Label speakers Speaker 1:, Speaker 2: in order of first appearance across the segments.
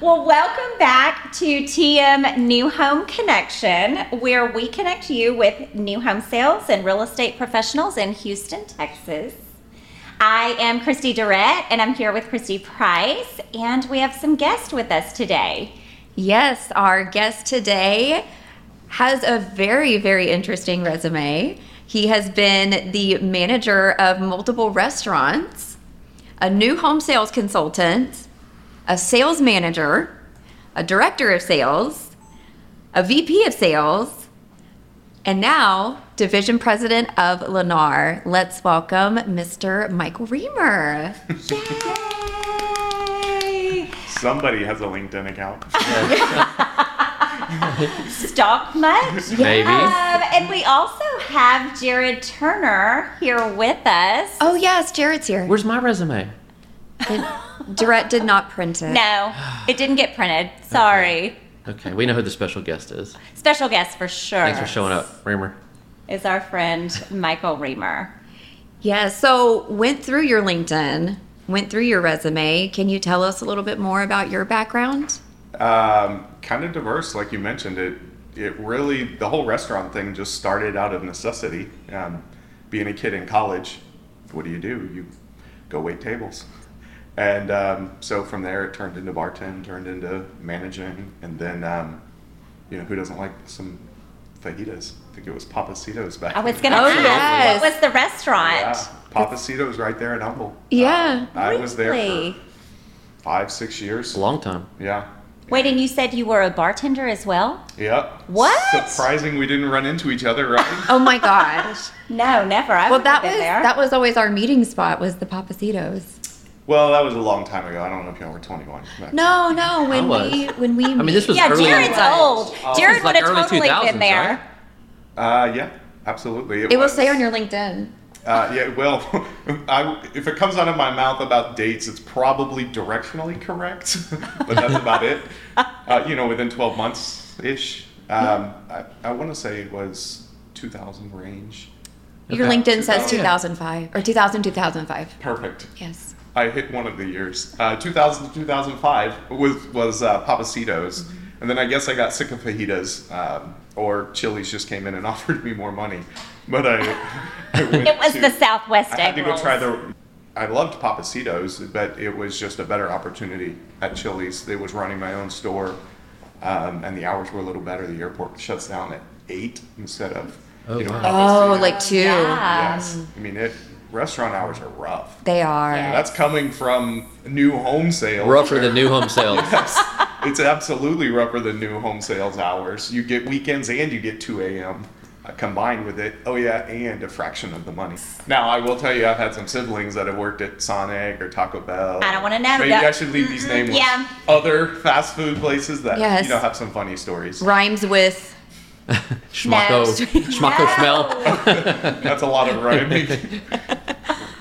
Speaker 1: Well, welcome back to TM New Home Connection, where we connect you with new home sales and real estate professionals in Houston, Texas. I am Christy Durrett, and I'm here with Christy Price, and we have some guests with us today.
Speaker 2: Yes, our guest today has a very, very interesting resume. He has been the manager of multiple restaurants, a new home sales consultant, a sales manager, a director of sales, a VP of sales, and now division president of Lennar. Let's welcome Mr. Michael Reamer.
Speaker 1: Yay!
Speaker 3: Somebody has a LinkedIn account.
Speaker 1: Stock much?
Speaker 4: Maybe.
Speaker 1: Um, and we also have Jared Turner here with us.
Speaker 2: Oh, yes, Jared's here.
Speaker 4: Where's my resume?
Speaker 2: Direct did not print it.
Speaker 1: No, it didn't get printed. Sorry.
Speaker 4: Okay, we know who the special guest is.
Speaker 1: Special guest for sure.
Speaker 4: Thanks for showing up, Reamer.
Speaker 1: Is our friend Michael Reamer.
Speaker 2: Yeah, so went through your LinkedIn, went through your resume. Can you tell us a little bit more about your background?
Speaker 3: um, kind of diverse, like you mentioned. It it really the whole restaurant thing just started out of necessity. Um, being a kid in college, what do you do? You go wait tables, and um, so from there it turned into bartend, turned into managing, and then um, you know who doesn't like some fajitas? I think it was Papacitos back.
Speaker 1: I was
Speaker 3: in the
Speaker 1: gonna
Speaker 2: Oh,
Speaker 1: ask
Speaker 2: yes.
Speaker 1: what was the restaurant?
Speaker 3: Yeah, Papacitos right there at Humble. Uh,
Speaker 2: Yeah.
Speaker 3: I was there
Speaker 1: Really?
Speaker 3: for five, six years.
Speaker 4: It's a long time.
Speaker 3: Yeah.
Speaker 1: Wait, and you said you were a bartender as well?
Speaker 3: Yep.
Speaker 1: What?
Speaker 3: Surprising we didn't run into each other, right?
Speaker 2: Oh my gosh.
Speaker 1: No, never. I
Speaker 2: well,
Speaker 1: wouldn't have
Speaker 2: that
Speaker 1: been
Speaker 2: was
Speaker 1: there.
Speaker 2: that was always our meeting spot was the Papacitos.
Speaker 3: well, that was a long time ago. I don't know if y'all were 21. back then.
Speaker 2: No, no, when
Speaker 4: was.
Speaker 2: we when we I
Speaker 4: mean, this was
Speaker 1: yeah,
Speaker 4: early-
Speaker 1: Jared's old.
Speaker 3: Oh,
Speaker 1: Jared
Speaker 4: This was
Speaker 1: would
Speaker 4: like
Speaker 1: have
Speaker 4: early
Speaker 1: totally been
Speaker 4: 2000s,
Speaker 1: there.
Speaker 4: right?
Speaker 3: Uh, yeah, absolutely.
Speaker 2: It will say on your LinkedIn.
Speaker 3: Uh, yeah, well, I, if it comes out of my mouth about dates, it's probably directionally correct, but that's about it. Uh, you know, within 12 months ish. Um, I, I want to say it was 2000 range.
Speaker 2: Your
Speaker 4: Okay.
Speaker 2: LinkedIn says
Speaker 3: 2000.
Speaker 2: 2005 or 2000 2005.
Speaker 3: Perfect.
Speaker 2: Yes.
Speaker 3: I hit one of the years. Uh, 2000 to 2005 was, was uh, Papacitos.
Speaker 4: Mm-hmm.
Speaker 3: And then I guess I got sick of fajitas, um, or Chili's just came in and offered me more money. But I, I went
Speaker 1: It was
Speaker 3: to-
Speaker 1: the Southwest
Speaker 3: I had
Speaker 1: egg
Speaker 3: to go
Speaker 1: rolls.
Speaker 3: try the. I loved Papacitos, but it was just a better opportunity at Chili's. They was running my own store, um, and the hours were a little better. The airport shuts down at eight instead of.
Speaker 4: Oh, wow.
Speaker 2: Oh,
Speaker 3: Papacitos.
Speaker 2: like two.
Speaker 1: Yeah.
Speaker 3: Yes, I mean it. Restaurant hours are rough.
Speaker 2: They are.
Speaker 1: Yeah.
Speaker 3: That's coming from new home sales.
Speaker 4: Rougher than new home sales.
Speaker 3: It's absolutely rougher than new home sales hours. You get weekends and you get 2 a.m. uh, combined with it. Oh, yeah, and a fraction of the money. Now, I will tell you, I've had some siblings that have worked at Sonic or Taco Bell.
Speaker 1: I don't wanna know.
Speaker 3: Maybe
Speaker 1: No.
Speaker 3: I should leave these nameless.
Speaker 1: Yeah.
Speaker 3: Other fast food places that,
Speaker 2: Yes.
Speaker 3: you know, have some funny stories.
Speaker 2: Rhymes with
Speaker 4: Schmacko, schmacko
Speaker 1: No.
Speaker 4: smell.
Speaker 3: That's a lot of rhyming.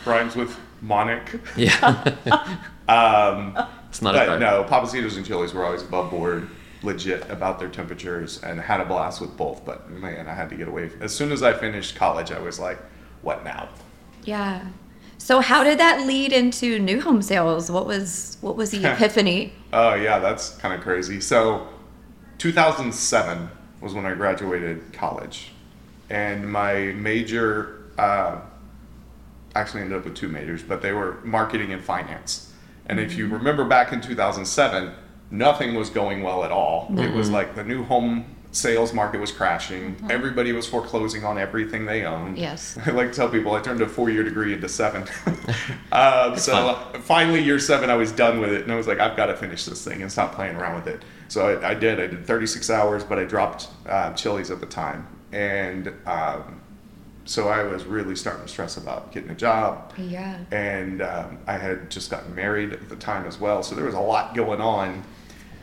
Speaker 3: Rhymes with monic.
Speaker 4: Yeah,
Speaker 3: Um,
Speaker 4: it's not a
Speaker 3: But
Speaker 4: crime.
Speaker 3: no, Papacitos and Chili's were always above board, legit about their temperatures, and had a blast with both. But man, I had to get away. As soon as I finished college, I was like, what now?
Speaker 2: Yeah. So how did that lead into new home sales? What was what was the epiphany?
Speaker 3: Oh, yeah, that's kind of crazy. So, 2007 was when I graduated college, and my major uh, actually ended up with two majors, but they were marketing and finance. And if you remember back in 2007, nothing was going well at all. It was like the new home sales market was crashing. Everybody was foreclosing on everything they owned.
Speaker 2: Yes.
Speaker 3: I like to tell people I turned a four-year degree into seven. uh, so finally, year seven, I was done with it, and I was like, I've got to finish this thing and stop playing around with it. So I, I did. I did 36 hours, but I dropped uh, Chili's at the time, and um, so I was really starting to stress about getting a job.
Speaker 2: Yeah.
Speaker 3: And um, I had just gotten married at the time as well, so there was a lot going on.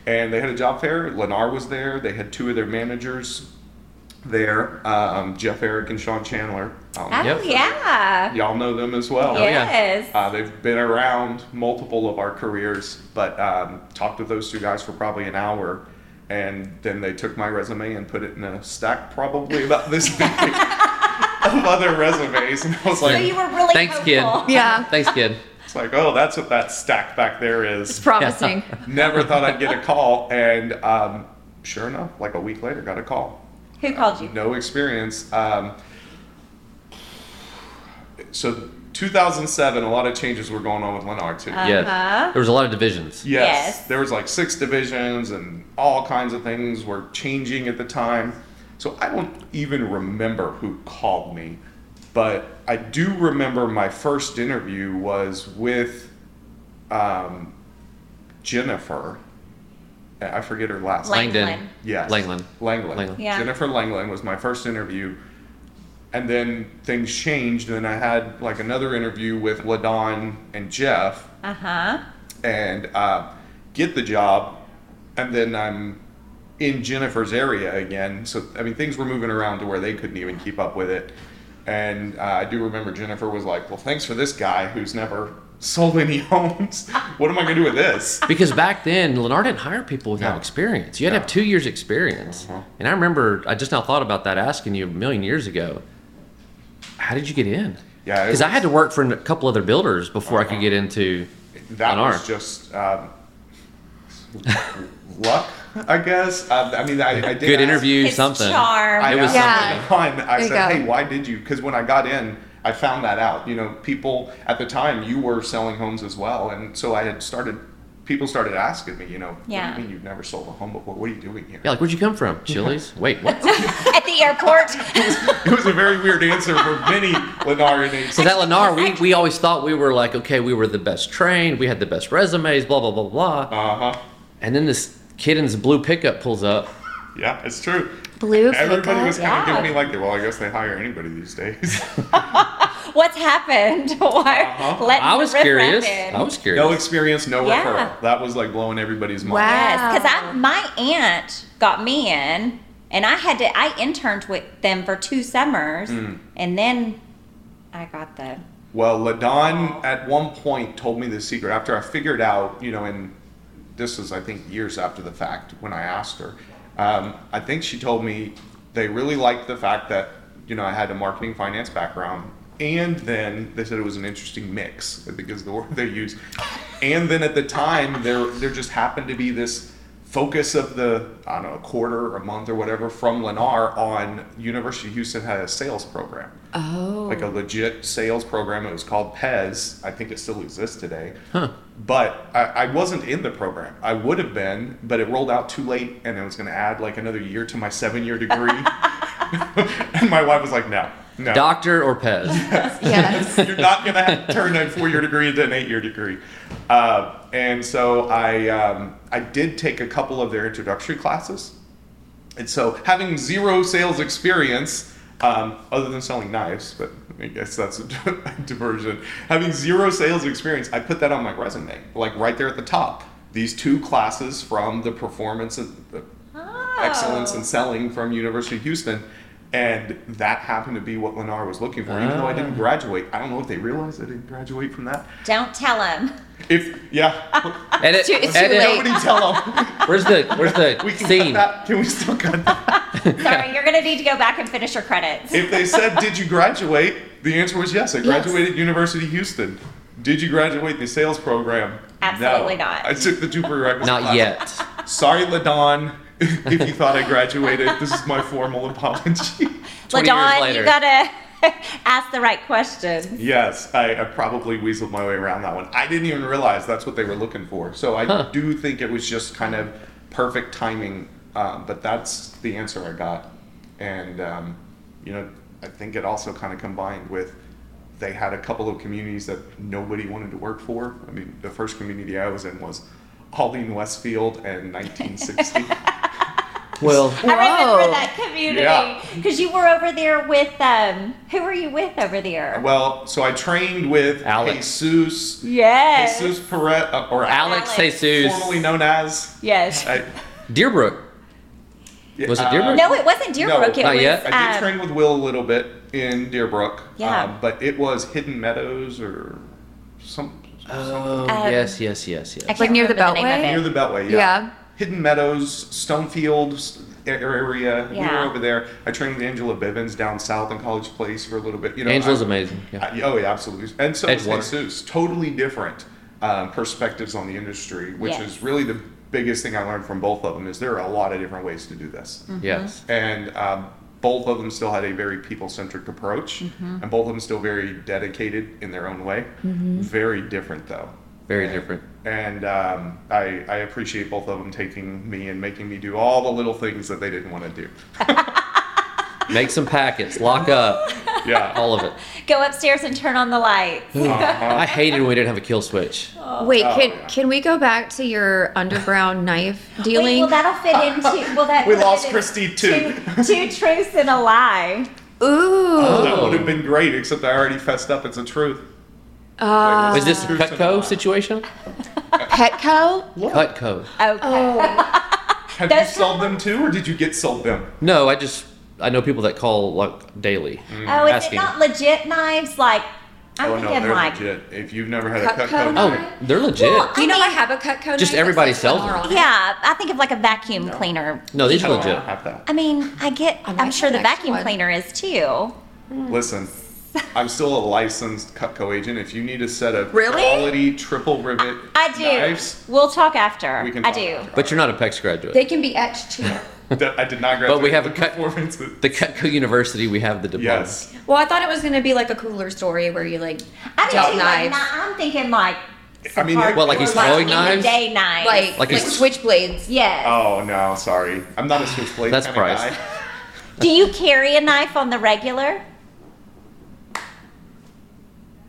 Speaker 3: And they had a job fair. Lennar was there. They had two of their managers there, um, Jeff Eric and Sean Chandler. Um,
Speaker 1: Oh,
Speaker 4: Yep.
Speaker 1: yeah.
Speaker 3: Y'all know them as well.
Speaker 4: yeah.
Speaker 1: Yes.
Speaker 3: Uh, they've been around multiple of our careers, but um, talked with those two guys for probably an hour. And then they took my resume and put it in a stack, probably about this big of other resumes. And I was
Speaker 1: So
Speaker 3: like,
Speaker 1: you were really
Speaker 4: Thanks, kid.
Speaker 1: hopeful.
Speaker 2: Yeah.
Speaker 4: Thanks, kid.
Speaker 3: It's like, oh, that's what that stack back there is.
Speaker 2: Promising.
Speaker 3: Never thought I'd get a call, and um, sure enough, like a week later, got a call.
Speaker 1: Who called you?
Speaker 3: No experience. Um, so 2007, a lot of changes were going on with Lennar too.
Speaker 1: Uh, Uh-huh.
Speaker 4: Yeah. There was a lot of divisions.
Speaker 3: Yes.
Speaker 1: Yes.
Speaker 3: There was like six divisions and all kinds of things were changing at the time. So I don't even remember who called me, but I do remember my first interview was with um, Jennifer. I forget her last name.
Speaker 4: Langdon.
Speaker 1: Langland.
Speaker 3: Yes.
Speaker 4: Langland.
Speaker 3: Langland.
Speaker 4: Langland.
Speaker 1: Yeah.
Speaker 3: Jennifer Langland was my first interview. And then things changed, and then I had like another interview with Ladon and Jeff,
Speaker 1: Uh huh.
Speaker 3: and uh, get the job, and then I'm in Jennifer's area again. So I mean, things were moving around to where they couldn't even keep up with it. And uh, I do remember Jennifer was like, "Well, thanks for this guy who's never sold any homes. what am I gonna do with this?"
Speaker 4: Because back then, Lennar didn't hire people without
Speaker 3: No.
Speaker 4: experience. You had to
Speaker 3: No.
Speaker 4: have two years' experience.
Speaker 3: Uh-huh.
Speaker 4: And I remember, I just now thought about that, asking you a million years ago, how did you get in?
Speaker 3: Yeah, it
Speaker 4: Because I
Speaker 3: was-
Speaker 4: had to work for a couple other builders before I could
Speaker 3: Uh-huh.
Speaker 4: get into
Speaker 3: That
Speaker 4: an R.
Speaker 3: was just um, luck, I guess. Uh, I mean, I, I did
Speaker 4: good
Speaker 3: ask-
Speaker 4: interview,
Speaker 1: His
Speaker 4: something.
Speaker 1: charm.
Speaker 4: It was
Speaker 2: Yeah.
Speaker 4: something.
Speaker 3: on. I
Speaker 2: There you
Speaker 3: said,
Speaker 2: go.
Speaker 3: "Hey, why did you?" Because when I got in, I found that out. You know, people at the time you were selling homes as well, and so I had started. People started asking me, you know, what
Speaker 1: Yeah.
Speaker 3: do you mean you've never sold a home before? What are you doing here?
Speaker 4: Yeah, like, where'd you come from? Chili's? Wait, what? So
Speaker 1: At the airport.
Speaker 3: It was a very weird answer for many Lenarians.
Speaker 4: that Lennar, we, we always thought we were like, okay, we were the best trained, we had the best resumes, blah, blah, blah, blah.
Speaker 3: Uh huh.
Speaker 4: And then this kid in his blue pickup pulls up.
Speaker 3: Yeah, it's true.
Speaker 2: Blue
Speaker 3: Everybody
Speaker 2: pickup?
Speaker 3: was kind of
Speaker 1: yeah.
Speaker 3: giving me like, well, I guess they hire anybody these days.
Speaker 1: What's happened? Why?
Speaker 3: Uh-huh.
Speaker 1: Let
Speaker 4: I
Speaker 1: the
Speaker 4: was
Speaker 1: riff
Speaker 4: curious.
Speaker 1: raff in.
Speaker 4: I was curious.
Speaker 3: no experience, no
Speaker 1: Yeah.
Speaker 3: referral. That was like blowing everybody's mind.
Speaker 2: Wow.
Speaker 1: Yes, because I my aunt got me in, and I had to I interned with them for two summers,
Speaker 3: Mm.
Speaker 1: and then I got the
Speaker 3: Well, Ladon at one point told me the secret after I figured out, you know, and this is, I think, years after the fact when I asked her. Um, I think she told me they really liked the fact that, you know, I had a marketing finance background. And then they said it was an interesting mix because the word they used. And then at the time, there, there just happened to be this focus of the, I don't know, a quarter or a month or whatever from Lennar on University of Houston had a sales program
Speaker 2: Oh.
Speaker 3: like a legit sales program. It was called Pez. I think it still exists today. But I, I wasn't in the program. I would have been, but it rolled out too late, and I was going to add like another year to my seven-year degree. and my wife was like, "No, no,
Speaker 4: Doctor or Pez?
Speaker 2: yes.
Speaker 3: you're not going to turn a four-year degree into an eight-year degree." Uh, and so I, um, I did take a couple of their introductory classes, and so having zero sales experience, um, other than selling knives, but I guess that's a diversion. Having zero sales experience, I put that on my resume, like right there at the top. These two classes from the performance and the
Speaker 2: Oh.
Speaker 3: excellence
Speaker 1: Oh.
Speaker 3: in selling from University of Houston. And that happened to be what Lennar was looking for, even though I didn't graduate. I don't know if they realized I didn't graduate from that.
Speaker 1: don't tell him.
Speaker 3: If yeah,
Speaker 4: Edit.
Speaker 2: too- it's too
Speaker 4: edit.
Speaker 2: late.
Speaker 3: nobody tell them.
Speaker 4: Where's the Where's the
Speaker 3: We can cut
Speaker 4: scene?
Speaker 3: that. Can we still cut that?
Speaker 1: Sorry, you're gonna need to go back and finish your credits.
Speaker 3: if they said, "Did you graduate?" the answer was yes. I graduated University of Houston. Did you graduate the sales program?
Speaker 1: Absolutely
Speaker 3: No.
Speaker 1: not.
Speaker 3: I took the two prerequisites.
Speaker 4: Not yet.
Speaker 3: Sorry, Ladon. if you thought I graduated, this is my formal apology.
Speaker 4: 20 years
Speaker 1: Ladon, you
Speaker 4: later.
Speaker 1: gotta ask the right questions.
Speaker 3: yes, I, I probably weaseled my way around that one. I didn't even realize that's what they were looking for. So I
Speaker 4: Huh.
Speaker 3: do think it was just kind of perfect timing. Um, but that's the answer I got, and um, you know, I think it also kind of combined with they had a couple of communities that nobody wanted to work for. I mean, the first community I was in was Pauline Westfield and 1960.
Speaker 1: I
Speaker 4: Well,
Speaker 2: Whoa.
Speaker 1: remember that
Speaker 3: Yeah.
Speaker 1: community because you were over there with um. Who were you with over there?
Speaker 3: well, so I trained with
Speaker 4: Alex.
Speaker 3: Jesus,
Speaker 1: Yes.
Speaker 3: Jesus Perez, uh, or Alex,
Speaker 4: Alex
Speaker 1: Alex.
Speaker 4: Jesus
Speaker 3: formerly known as.
Speaker 1: Yes.
Speaker 3: I,
Speaker 4: Deerbrook.
Speaker 3: Yeah,
Speaker 4: Was it
Speaker 3: uh,
Speaker 4: Deerbrook?
Speaker 1: no, it wasn't Deerbrook. it
Speaker 4: not
Speaker 1: was.
Speaker 4: yet.
Speaker 3: I did
Speaker 1: um,
Speaker 3: train with Will a little bit in Deerbrook.
Speaker 1: Yeah.
Speaker 3: um, but it was Hidden Meadows or some
Speaker 4: Oh
Speaker 1: Um,
Speaker 4: yes, yes, yes,
Speaker 1: I
Speaker 4: yes.
Speaker 1: can't
Speaker 2: Like near the
Speaker 1: remember name of
Speaker 2: Beltway?
Speaker 1: it.
Speaker 3: near the Beltway. Yeah.
Speaker 2: Yeah.
Speaker 3: Hidden Meadows, Stonefield. s- a- area. We
Speaker 1: Yeah.
Speaker 3: were over there. I trained with Angela Bivens down south in College Place for a little bit. You know,
Speaker 4: Angela's
Speaker 3: I-
Speaker 4: amazing. Yeah.
Speaker 3: I- oh yeah, absolutely. And so is
Speaker 4: Edgewater.
Speaker 3: Jesus. Totally different um, perspectives on the industry, which
Speaker 1: Yes.
Speaker 3: is really the biggest thing I learned from both of them. Is there are a lot of different ways to do this,
Speaker 1: uh-huh.
Speaker 4: Yes.
Speaker 3: and um, both of them still had a very people-centric approach,
Speaker 2: Mm-hmm.
Speaker 3: and both of them still very dedicated in their own way.
Speaker 2: Mm-hmm.
Speaker 3: Very different though.
Speaker 4: Very
Speaker 3: And-
Speaker 4: different.
Speaker 3: And um, I, I appreciate both of them taking me and making me do all the little things that they didn't want to do.
Speaker 4: Make some packets. Lock up.
Speaker 3: Yeah.
Speaker 4: All of it.
Speaker 1: Go upstairs and turn on the lights.
Speaker 4: I hated when we didn't have a kill switch.
Speaker 2: Wait,
Speaker 3: Oh,
Speaker 2: can
Speaker 3: yeah.
Speaker 2: can we go back to your underground knife
Speaker 1: Wait,
Speaker 2: dealing?
Speaker 1: well, that'll fit into. Well, that
Speaker 3: We
Speaker 1: will fit
Speaker 3: lost
Speaker 1: in-
Speaker 3: Christy, too.
Speaker 1: Two, two truths and a lie.
Speaker 2: Ooh.
Speaker 3: That
Speaker 4: Oh.
Speaker 3: would have been great, except I already fessed up. It's the truth.
Speaker 2: Uh,
Speaker 4: Is this a
Speaker 3: Truth and a
Speaker 4: Cutco
Speaker 3: lie.
Speaker 4: situation?
Speaker 2: Petco? Oh.
Speaker 4: Cutco.
Speaker 1: Okay.
Speaker 3: Have
Speaker 1: That's-
Speaker 3: you sold them too, or did you get sold them?
Speaker 4: No, I just I know people that call like daily.
Speaker 1: Oh, is
Speaker 4: asking.
Speaker 1: it not legit knives? Like, I'm
Speaker 3: oh no,
Speaker 1: thinking
Speaker 3: they're
Speaker 1: like,
Speaker 3: legit. If you've never had
Speaker 2: Cutco
Speaker 3: a Cutco,
Speaker 2: knife?
Speaker 4: Oh, they're legit.
Speaker 1: Well,
Speaker 2: Do you know I have a Cutco knife?
Speaker 4: Just
Speaker 2: that's
Speaker 4: everybody
Speaker 2: got
Speaker 4: sells
Speaker 2: flour
Speaker 4: them.
Speaker 2: on it?
Speaker 1: yeah, I think of like a vacuum cleaner.
Speaker 4: no, these are
Speaker 3: I
Speaker 4: legit.
Speaker 3: don't have that.
Speaker 1: I mean, I get.
Speaker 2: I
Speaker 1: I
Speaker 2: might
Speaker 1: am sure
Speaker 2: have
Speaker 1: the
Speaker 2: an extra
Speaker 1: vacuum
Speaker 2: one.
Speaker 1: cleaner is too.
Speaker 3: Listen, I'm still a licensed Cutco agent. If you need a set of
Speaker 2: Really?
Speaker 3: quality triple rivet
Speaker 1: I do.
Speaker 3: knives,
Speaker 1: We'll talk after.
Speaker 3: we can.
Speaker 1: I
Speaker 3: talk
Speaker 1: do.
Speaker 3: after.
Speaker 4: But you're not a PEX graduate.
Speaker 2: They can be etched too.
Speaker 3: That- I did not graduate.
Speaker 4: But we have a
Speaker 3: with
Speaker 4: cut-
Speaker 3: performances.
Speaker 4: the Cutco University, we have the diploma.
Speaker 3: Yes.
Speaker 2: well, I thought it was going to be like a cooler story where you like
Speaker 1: I do
Speaker 2: dealt
Speaker 1: too. Like,
Speaker 2: knives.
Speaker 1: kni- I'm thinking like.
Speaker 3: I mean,
Speaker 1: some
Speaker 3: it- What,
Speaker 4: like he's
Speaker 1: hardcore, like,
Speaker 4: throwing
Speaker 1: in the
Speaker 4: knives?
Speaker 1: Day knives.
Speaker 2: like
Speaker 4: Like
Speaker 2: like,
Speaker 4: a s-
Speaker 2: switchblades.
Speaker 1: Yes.
Speaker 3: Oh no, sorry. I'm not a switchblade.
Speaker 4: That's
Speaker 3: kinda
Speaker 4: priced.
Speaker 3: guy.
Speaker 1: Do you carry a knife on the regular?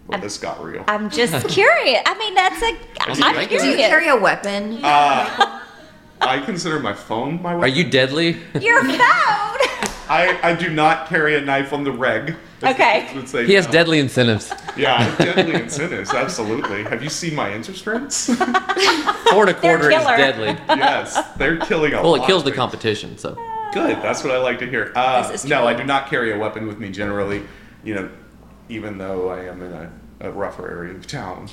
Speaker 3: Well, this got real.
Speaker 1: I'm just curious. I mean, that's a.
Speaker 4: Is it
Speaker 1: I'm
Speaker 4: regular?
Speaker 1: curious.
Speaker 2: Do you carry a weapon?
Speaker 3: Uh, I consider my phone my weapon.
Speaker 4: Are you deadly?
Speaker 1: Your phone.
Speaker 3: I, I do not carry a knife on the reg. as the
Speaker 1: Okay.
Speaker 3: kids Would say
Speaker 4: he has
Speaker 3: now.
Speaker 4: deadly incentives.
Speaker 3: Yeah, deadly incentives, absolutely. Have you seen my interest rates?
Speaker 4: Four and a quarter is
Speaker 1: killer.
Speaker 4: deadly.
Speaker 3: yes, they're killing a
Speaker 4: Well,
Speaker 3: lot
Speaker 4: it kills
Speaker 3: of
Speaker 4: the
Speaker 3: things.
Speaker 4: competition, so.
Speaker 3: Good, that's what I like to hear. Uh,
Speaker 2: This is
Speaker 3: no,
Speaker 2: true.
Speaker 3: I do not carry a weapon with me generally, you know, even though I am in a, a rougher area of town.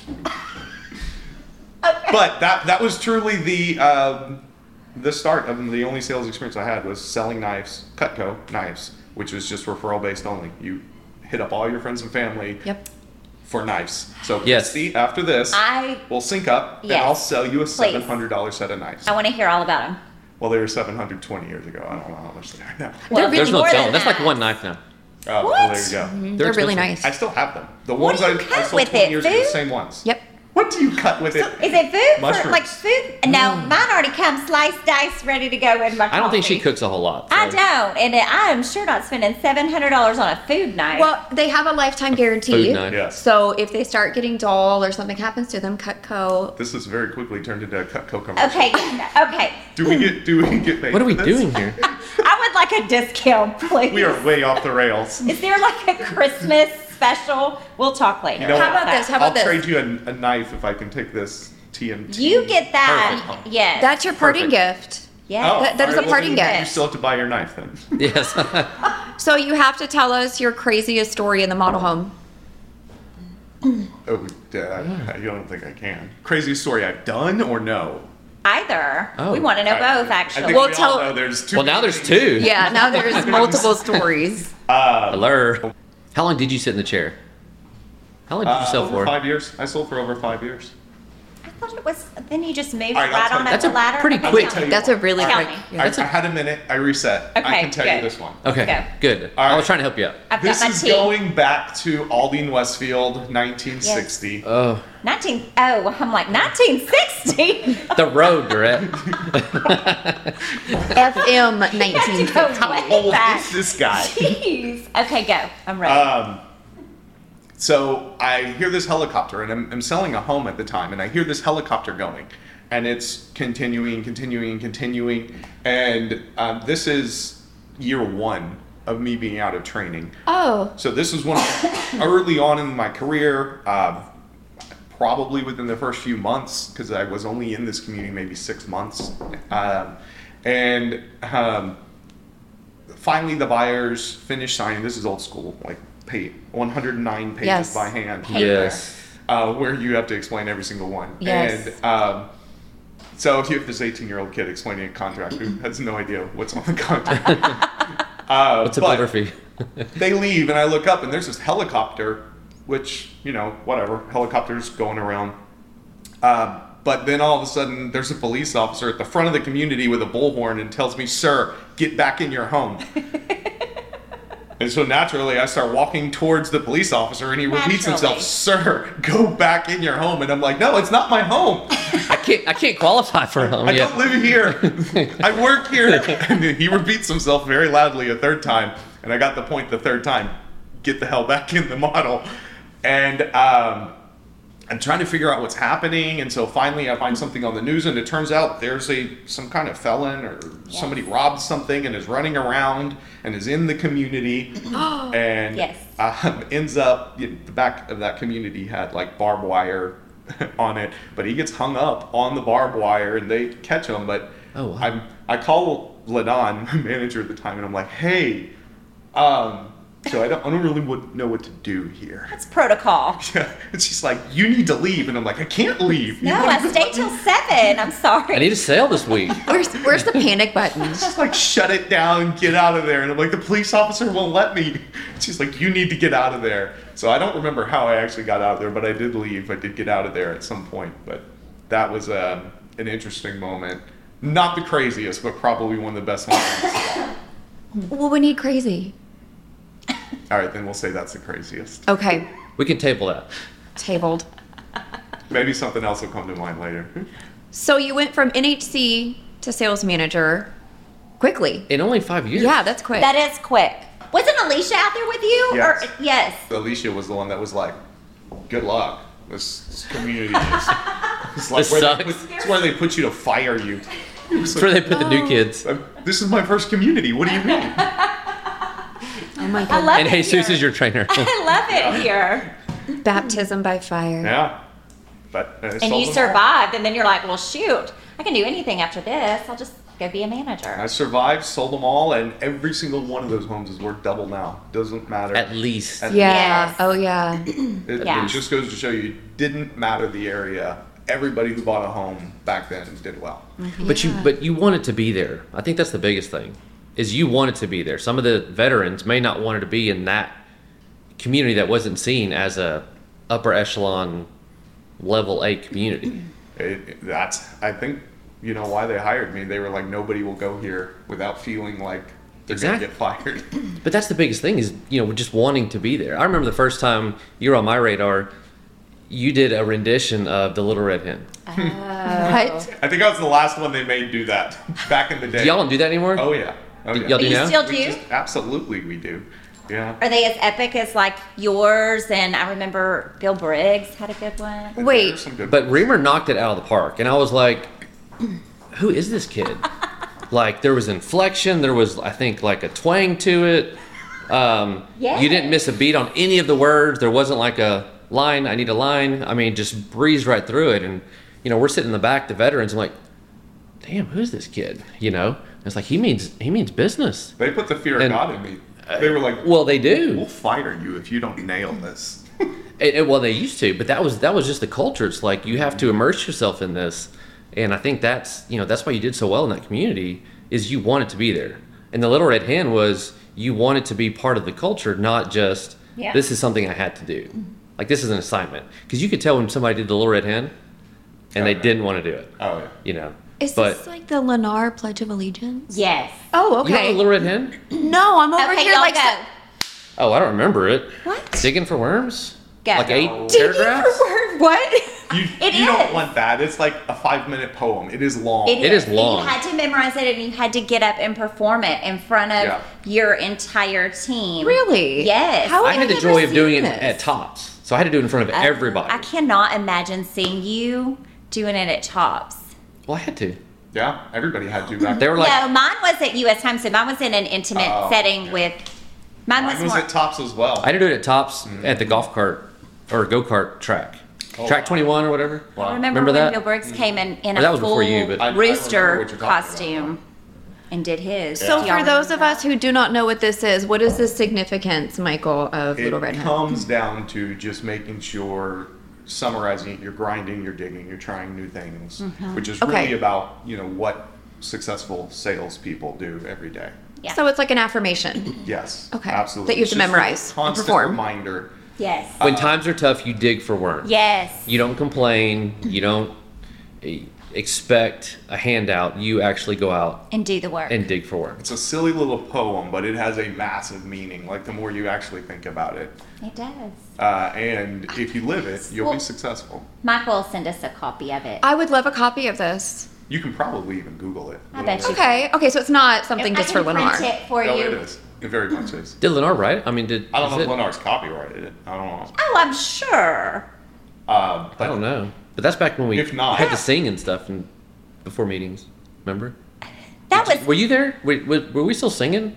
Speaker 3: But that, that was truly the, um, the start of the only sales experience I had was selling knives, Cutco knives, which was just referral based only. You hit up all your friends and family
Speaker 2: Yep.
Speaker 3: for knives. So
Speaker 4: Yes.
Speaker 3: see, after this,
Speaker 1: I-
Speaker 3: will sync up and
Speaker 1: Yes.
Speaker 3: I'll sell you a seven hundred dollar set of knives.
Speaker 1: I want to hear all about him.
Speaker 3: Well, they were seven hundred twenty years ago. I don't know how much they are now.
Speaker 1: Well,
Speaker 4: There's no
Speaker 1: more
Speaker 4: telling.
Speaker 1: than
Speaker 4: That's like
Speaker 1: that.
Speaker 4: one knife now.
Speaker 3: Uh, well, there you go.
Speaker 2: They're, really
Speaker 4: expensive.
Speaker 2: nice.
Speaker 3: I still have them. The
Speaker 1: What
Speaker 3: ones
Speaker 1: do
Speaker 3: I,
Speaker 1: you
Speaker 3: I
Speaker 1: cut
Speaker 3: sold
Speaker 1: with
Speaker 3: twenty
Speaker 1: it,
Speaker 3: years ago, the
Speaker 1: food?
Speaker 3: same ones.
Speaker 2: yep.
Speaker 3: What do you cut with it?
Speaker 1: Is it food? For,
Speaker 3: Mushrooms.
Speaker 1: like food? No, mine already comes sliced, diced, ready to go in my.
Speaker 4: I don't think she
Speaker 1: coffee.
Speaker 4: cooks a whole lot.
Speaker 1: I
Speaker 4: so-
Speaker 1: don't, and I am sure not spending seven hundred dollars on a food night.
Speaker 2: Well, they have a lifetime guarantee.
Speaker 4: Food knife.
Speaker 3: Yes.
Speaker 2: So if they start getting dull or something happens to them, Cutco.
Speaker 3: This is very quickly turned into a Cutco commercial.
Speaker 1: okay, okay.
Speaker 3: Do we get do we get paid?
Speaker 4: What are we
Speaker 3: for this?
Speaker 4: doing here?
Speaker 1: I would like a discount, please.
Speaker 3: We are way off the rails.
Speaker 1: Is there like a Christmas special? We'll talk later.
Speaker 3: You know
Speaker 2: How about this? How about
Speaker 3: I'll
Speaker 2: this?
Speaker 3: trade you a, a knife if I can take this TMT.
Speaker 1: You get that?
Speaker 3: Perfect.
Speaker 1: Yes.
Speaker 2: That's your parting gift.
Speaker 1: yes.
Speaker 3: Oh,
Speaker 2: That- that is
Speaker 3: all
Speaker 2: a
Speaker 3: well,
Speaker 2: parting
Speaker 3: then You
Speaker 2: gift.
Speaker 3: still have to buy your knife then.
Speaker 4: Yes.
Speaker 2: So you have to tell us your craziest story in the model home.
Speaker 3: Oh, Dad, I don't think I can. Crazy story I've done or no?
Speaker 1: Either.
Speaker 4: Oh.
Speaker 1: we want to know
Speaker 3: I-
Speaker 1: both, actually.
Speaker 3: I think
Speaker 2: Well,
Speaker 3: we
Speaker 2: tell-
Speaker 3: all know there's two.
Speaker 4: well, now there's two.
Speaker 2: Yeah, now there's multiple stories.
Speaker 3: Uh,
Speaker 4: Blur. How long did you sit in the chair? How long did you
Speaker 3: uh,
Speaker 4: sell
Speaker 3: over
Speaker 4: for?
Speaker 3: Five years. I sold for over five years.
Speaker 1: I thought it was. Then you just moved
Speaker 3: All right, I'll
Speaker 1: right
Speaker 3: tell
Speaker 1: on
Speaker 3: you.
Speaker 1: up
Speaker 3: That's
Speaker 1: the
Speaker 4: a
Speaker 1: ladder.
Speaker 4: pretty
Speaker 1: Okay,
Speaker 4: quick-
Speaker 1: tell me.
Speaker 2: That's a really
Speaker 1: Tell
Speaker 2: quick.
Speaker 1: me.
Speaker 3: I,
Speaker 4: That's a-
Speaker 3: I had a minute. I reset.
Speaker 1: Okay,
Speaker 3: I can tell
Speaker 1: good.
Speaker 3: you this one.
Speaker 4: Okay, good. I
Speaker 3: All
Speaker 4: was
Speaker 3: right.
Speaker 4: trying to help you out.
Speaker 1: I've
Speaker 3: This
Speaker 1: got my
Speaker 3: is
Speaker 1: tea.
Speaker 3: going back to Aldine Westfield, 1960.
Speaker 4: Oh,
Speaker 1: 19. Oh, I'm like 1960.
Speaker 4: the road, Brett.
Speaker 2: FM
Speaker 1: Had to go
Speaker 2: 1950.
Speaker 1: way
Speaker 3: Old
Speaker 1: back.
Speaker 3: Oh, is this guy?
Speaker 1: Jeez. Okay, go. I'm ready.
Speaker 3: Um, so I hear this helicopter, and I'm, I'm selling a home at the time, and I hear this helicopter going, and it's continuing, continuing, continuing, and um, this is year one of me being out of training.
Speaker 2: Oh,
Speaker 3: So this was when I, early on in my career, uh, probably within the first few months, because I was only in this community maybe six months, um, and um, finally the buyers finished signing. This is old school, like pay 109 pages
Speaker 2: Yes.
Speaker 3: by hand
Speaker 1: Paper.
Speaker 4: Yes.
Speaker 3: uh, where you have to explain every single one.
Speaker 2: Yes.
Speaker 3: And um, So if you have this 18 year old kid explaining a contract who has no idea what's on the contract, uh,
Speaker 4: What's a
Speaker 3: but
Speaker 4: butter fee?
Speaker 3: They leave, and I look up, and there's this helicopter, which, you know, whatever, helicopters going around. Uh, but then all of a sudden, there's a police officer at the front of the community with a bullhorn and tells me, Sir, get back in your home. and so naturally, I start walking towards the police officer, and he repeats
Speaker 1: Naturally.
Speaker 3: himself, Sir, go back in your home. And I'm like, No, it's not my home.
Speaker 4: I can't. I can't qualify for them.
Speaker 3: I
Speaker 4: yeah.
Speaker 3: don't live here. I work here. And he repeats himself very loudly a third time. And I got the point the third time. Get the hell back in the model. And um, I'm trying to figure out what's happening. And so finally I find something on the news and it turns out there's a some kind of felon or somebody robbed something and is running around and is in the community and
Speaker 1: Yes.
Speaker 3: um, ends up you know, the back of that community had like barbed wire on it, but he gets hung up on the barbed wire and they catch him. But
Speaker 4: Oh, wow.
Speaker 3: I'm I call Ladon, my manager at the time, and I'm like, hey, um, so I don't I don't really would know what to do here.
Speaker 1: That's protocol.
Speaker 3: and she's like, you need to leave, and I'm like, I can't leave.
Speaker 1: No, I stay till seven. I'm sorry.
Speaker 4: I need a sale this week.
Speaker 2: Where's where's the panic button?
Speaker 3: She's like, shut it down, get out of there. And I'm like, the police officer won't let me. She's like, you need to get out of there. So I don't remember how I actually got out of there, but I did leave. I did get out of there at some point. But that was um, an interesting moment. Not the craziest, but probably one of the best ones.
Speaker 2: Well, we need crazy.
Speaker 3: All right, then we'll say that's the craziest.
Speaker 2: Okay,
Speaker 4: We can table that.
Speaker 2: tabled.
Speaker 3: Maybe something else will come to mind later.
Speaker 2: So you went from NHC to sales manager quickly.
Speaker 4: In only five years.
Speaker 2: Yeah, that's quick.
Speaker 1: That is quick. Wasn't Alicia out there with you?
Speaker 3: Yes.
Speaker 1: Or, yes.
Speaker 3: Alicia was the one that was like, good luck. This, this community is. It's like
Speaker 4: This
Speaker 3: where
Speaker 4: sucks.
Speaker 3: They, put- it's where they put you to fire you.
Speaker 4: That's where they put the new kids.
Speaker 3: I'm- This is my first community. What do you mean?
Speaker 2: oh my
Speaker 1: I
Speaker 2: god.
Speaker 1: love
Speaker 4: And
Speaker 1: it.
Speaker 4: Jesus
Speaker 1: here.
Speaker 4: is your trainer.
Speaker 1: I love it here.
Speaker 2: Baptism by fire.
Speaker 3: Yeah. But uh, I
Speaker 1: And
Speaker 3: sold
Speaker 1: you
Speaker 3: them
Speaker 1: survived, and then you're like, well, shoot, I can do anything after this. I'll just go be a
Speaker 3: all. I
Speaker 1: manager.
Speaker 3: survived, sold them all, and every single one of those homes is worth double now. Doesn't matter.
Speaker 4: At least.
Speaker 3: At-
Speaker 2: Yeah.
Speaker 1: Yes.
Speaker 2: Oh yeah.
Speaker 3: it,
Speaker 1: Yeah.
Speaker 3: it just goes to show you, it didn't matter the area. Everybody who bought a home back then did well.
Speaker 4: But you but you want it to be there. I think that's the biggest thing. Is you want it to be there. Some of the veterans may not want it to be in that community that wasn't seen as a upper echelon level A community.
Speaker 3: It, that's, I think, you know why they hired me. They were like, nobody will go here without feeling like they're
Speaker 4: Exactly.
Speaker 3: going to get fired.
Speaker 4: But that's the biggest thing is, you know, just wanting to be there. I remember the first time you were on my radar, you did a rendition of The Little Red Hen.
Speaker 2: What?
Speaker 3: I think I was the last one they made do that back in the day.
Speaker 4: Do y'all don't do that anymore?
Speaker 3: oh yeah. Oh yeah.
Speaker 4: y'all
Speaker 1: But
Speaker 4: do
Speaker 1: you
Speaker 4: now?
Speaker 1: still
Speaker 3: We
Speaker 1: do?
Speaker 3: just- absolutely, we do. Yeah.
Speaker 1: Are they as epic as like yours? And I remember Bill Briggs had a good one.
Speaker 2: Wait.
Speaker 3: There's some good
Speaker 4: But Reamer knocked it out of the park, and I was like, "Who is this kid?" like there was inflection, there was I think like a twang to it. Um,
Speaker 1: Yeah.
Speaker 4: You didn't miss a beat on any of the words. There wasn't like a line. I need a line. I mean, just breeze right through it. And you know, we're sitting in the back, the veterans. I'm like, "Damn, who's this kid?" You know, And it's like he means he means business.
Speaker 3: They put the fear of
Speaker 4: And-
Speaker 3: God in me. They were like,
Speaker 4: Well, they do.
Speaker 3: "We'll fire you if you don't nail this."
Speaker 4: It, it- well, they used to, but that was that was just the culture. It's like you have to
Speaker 2: Mm-hmm.
Speaker 4: immerse yourself in this, and I think that's you know that's why you did so well in that community is you wanted to be there. And the Little Red Hen was you wanted to be part of the culture, not just
Speaker 1: Yeah.
Speaker 4: this is something I had to do.
Speaker 2: Mm-hmm.
Speaker 4: Like this is an assignment because you could tell when somebody did the Little Red Hen, and they
Speaker 3: Oh, yeah.
Speaker 4: didn't want to do it.
Speaker 3: Oh yeah.
Speaker 4: You know,
Speaker 2: Is
Speaker 4: but
Speaker 2: this like the Lennar Pledge of Allegiance?
Speaker 1: Yes.
Speaker 2: Oh,
Speaker 4: you know
Speaker 2: okay.
Speaker 4: the Little Red Hen?
Speaker 2: no, I'm over
Speaker 1: okay,
Speaker 2: here
Speaker 1: y'all
Speaker 2: like
Speaker 1: go.
Speaker 4: Oh, I don't remember it.
Speaker 2: What?
Speaker 4: Digging for worms?
Speaker 1: Go.
Speaker 4: Like eight
Speaker 2: Digging for
Speaker 4: paragraphs?
Speaker 2: word- What?
Speaker 3: You,
Speaker 1: It
Speaker 3: you don't
Speaker 1: is.
Speaker 3: want that. It's like a five-minute poem. It is long.
Speaker 4: It is
Speaker 1: And
Speaker 4: long.
Speaker 1: You had to memorize it and you had to get up and perform it in front of
Speaker 3: Yeah.
Speaker 1: your entire team.
Speaker 2: Really?
Speaker 1: Yes.
Speaker 2: How
Speaker 4: I had
Speaker 2: I've
Speaker 4: the
Speaker 2: never
Speaker 4: joy of
Speaker 2: seen
Speaker 4: doing
Speaker 2: this.
Speaker 4: it at Tops, so I had to do it in front of everybody.
Speaker 1: I cannot imagine seeing you doing it at Tops.
Speaker 4: Well, I had to.
Speaker 3: yeah, everybody had to back.
Speaker 4: They were like,
Speaker 1: no, mine was at U.S. Time, so mine was in an intimate
Speaker 3: Oh,
Speaker 1: setting
Speaker 3: yeah.
Speaker 1: with. Mine,
Speaker 3: Mine
Speaker 1: was,
Speaker 3: was
Speaker 1: more.
Speaker 3: at Tops as well.
Speaker 4: I had to do it at Tops at the golf cart or go kart track,
Speaker 3: Mm. Oh,
Speaker 4: track
Speaker 3: wow.
Speaker 4: 21 or whatever.
Speaker 1: I remember,
Speaker 4: Remember
Speaker 1: when
Speaker 4: that?
Speaker 1: Bill Briggs came in in
Speaker 4: Or
Speaker 1: a
Speaker 4: that was
Speaker 1: full
Speaker 4: before you, but-
Speaker 3: I- I remember
Speaker 1: rooster
Speaker 3: what you're talking about.
Speaker 1: costume and did his.
Speaker 2: So
Speaker 1: Do y'all
Speaker 2: for those
Speaker 1: remember
Speaker 2: of
Speaker 1: that?
Speaker 2: us who do not know what this is, what is the significance, Michael, of Little
Speaker 3: it
Speaker 2: Red Hen?
Speaker 3: comes down to just making sure summarizing it, you're grinding, you're digging, you're trying new things, which is
Speaker 2: Mm-hmm. Okay.
Speaker 3: really about you know what successful salespeople do every day.
Speaker 1: Yeah.
Speaker 2: So it's like an affirmation.
Speaker 3: Yes.
Speaker 2: Okay.
Speaker 3: Absolutely.
Speaker 2: That you
Speaker 3: It's
Speaker 2: have to
Speaker 3: just a
Speaker 2: memorize and
Speaker 3: Constant
Speaker 2: perform.
Speaker 3: reminder.
Speaker 1: Yes.
Speaker 4: When times are tough, you dig for worms.
Speaker 1: Yes.
Speaker 4: You don't complain. You don't eh, expect a handout. You actually go out
Speaker 1: And do the work.
Speaker 4: and dig for worms.
Speaker 3: It's a silly little poem, but it has a massive meaning. Like the more you actually think about it,
Speaker 1: it does.
Speaker 3: uh, and if you live it, you'll
Speaker 1: Well-
Speaker 3: be successful.
Speaker 1: Mike will send us a copy of it.
Speaker 2: I would love a copy of this.
Speaker 3: You can probably even Google it.
Speaker 1: I bet you
Speaker 2: Okay. Okay. So it's not something
Speaker 1: I
Speaker 2: just for
Speaker 1: can
Speaker 2: Lennar.
Speaker 1: Print it for
Speaker 3: No,
Speaker 1: you.
Speaker 3: it is. It very much is.
Speaker 4: Did Lennar write it? I mean, did
Speaker 3: I don't know
Speaker 4: is
Speaker 3: if
Speaker 4: it-
Speaker 3: Lennar's copyrighted it. I don't know.
Speaker 1: Oh, I'm sure.
Speaker 3: Uh,
Speaker 4: I don't know. But that's back when we
Speaker 3: If not-
Speaker 4: had to sing and stuff and before meetings. Remember?
Speaker 1: That was
Speaker 4: Were you there? Were, were, were we still singing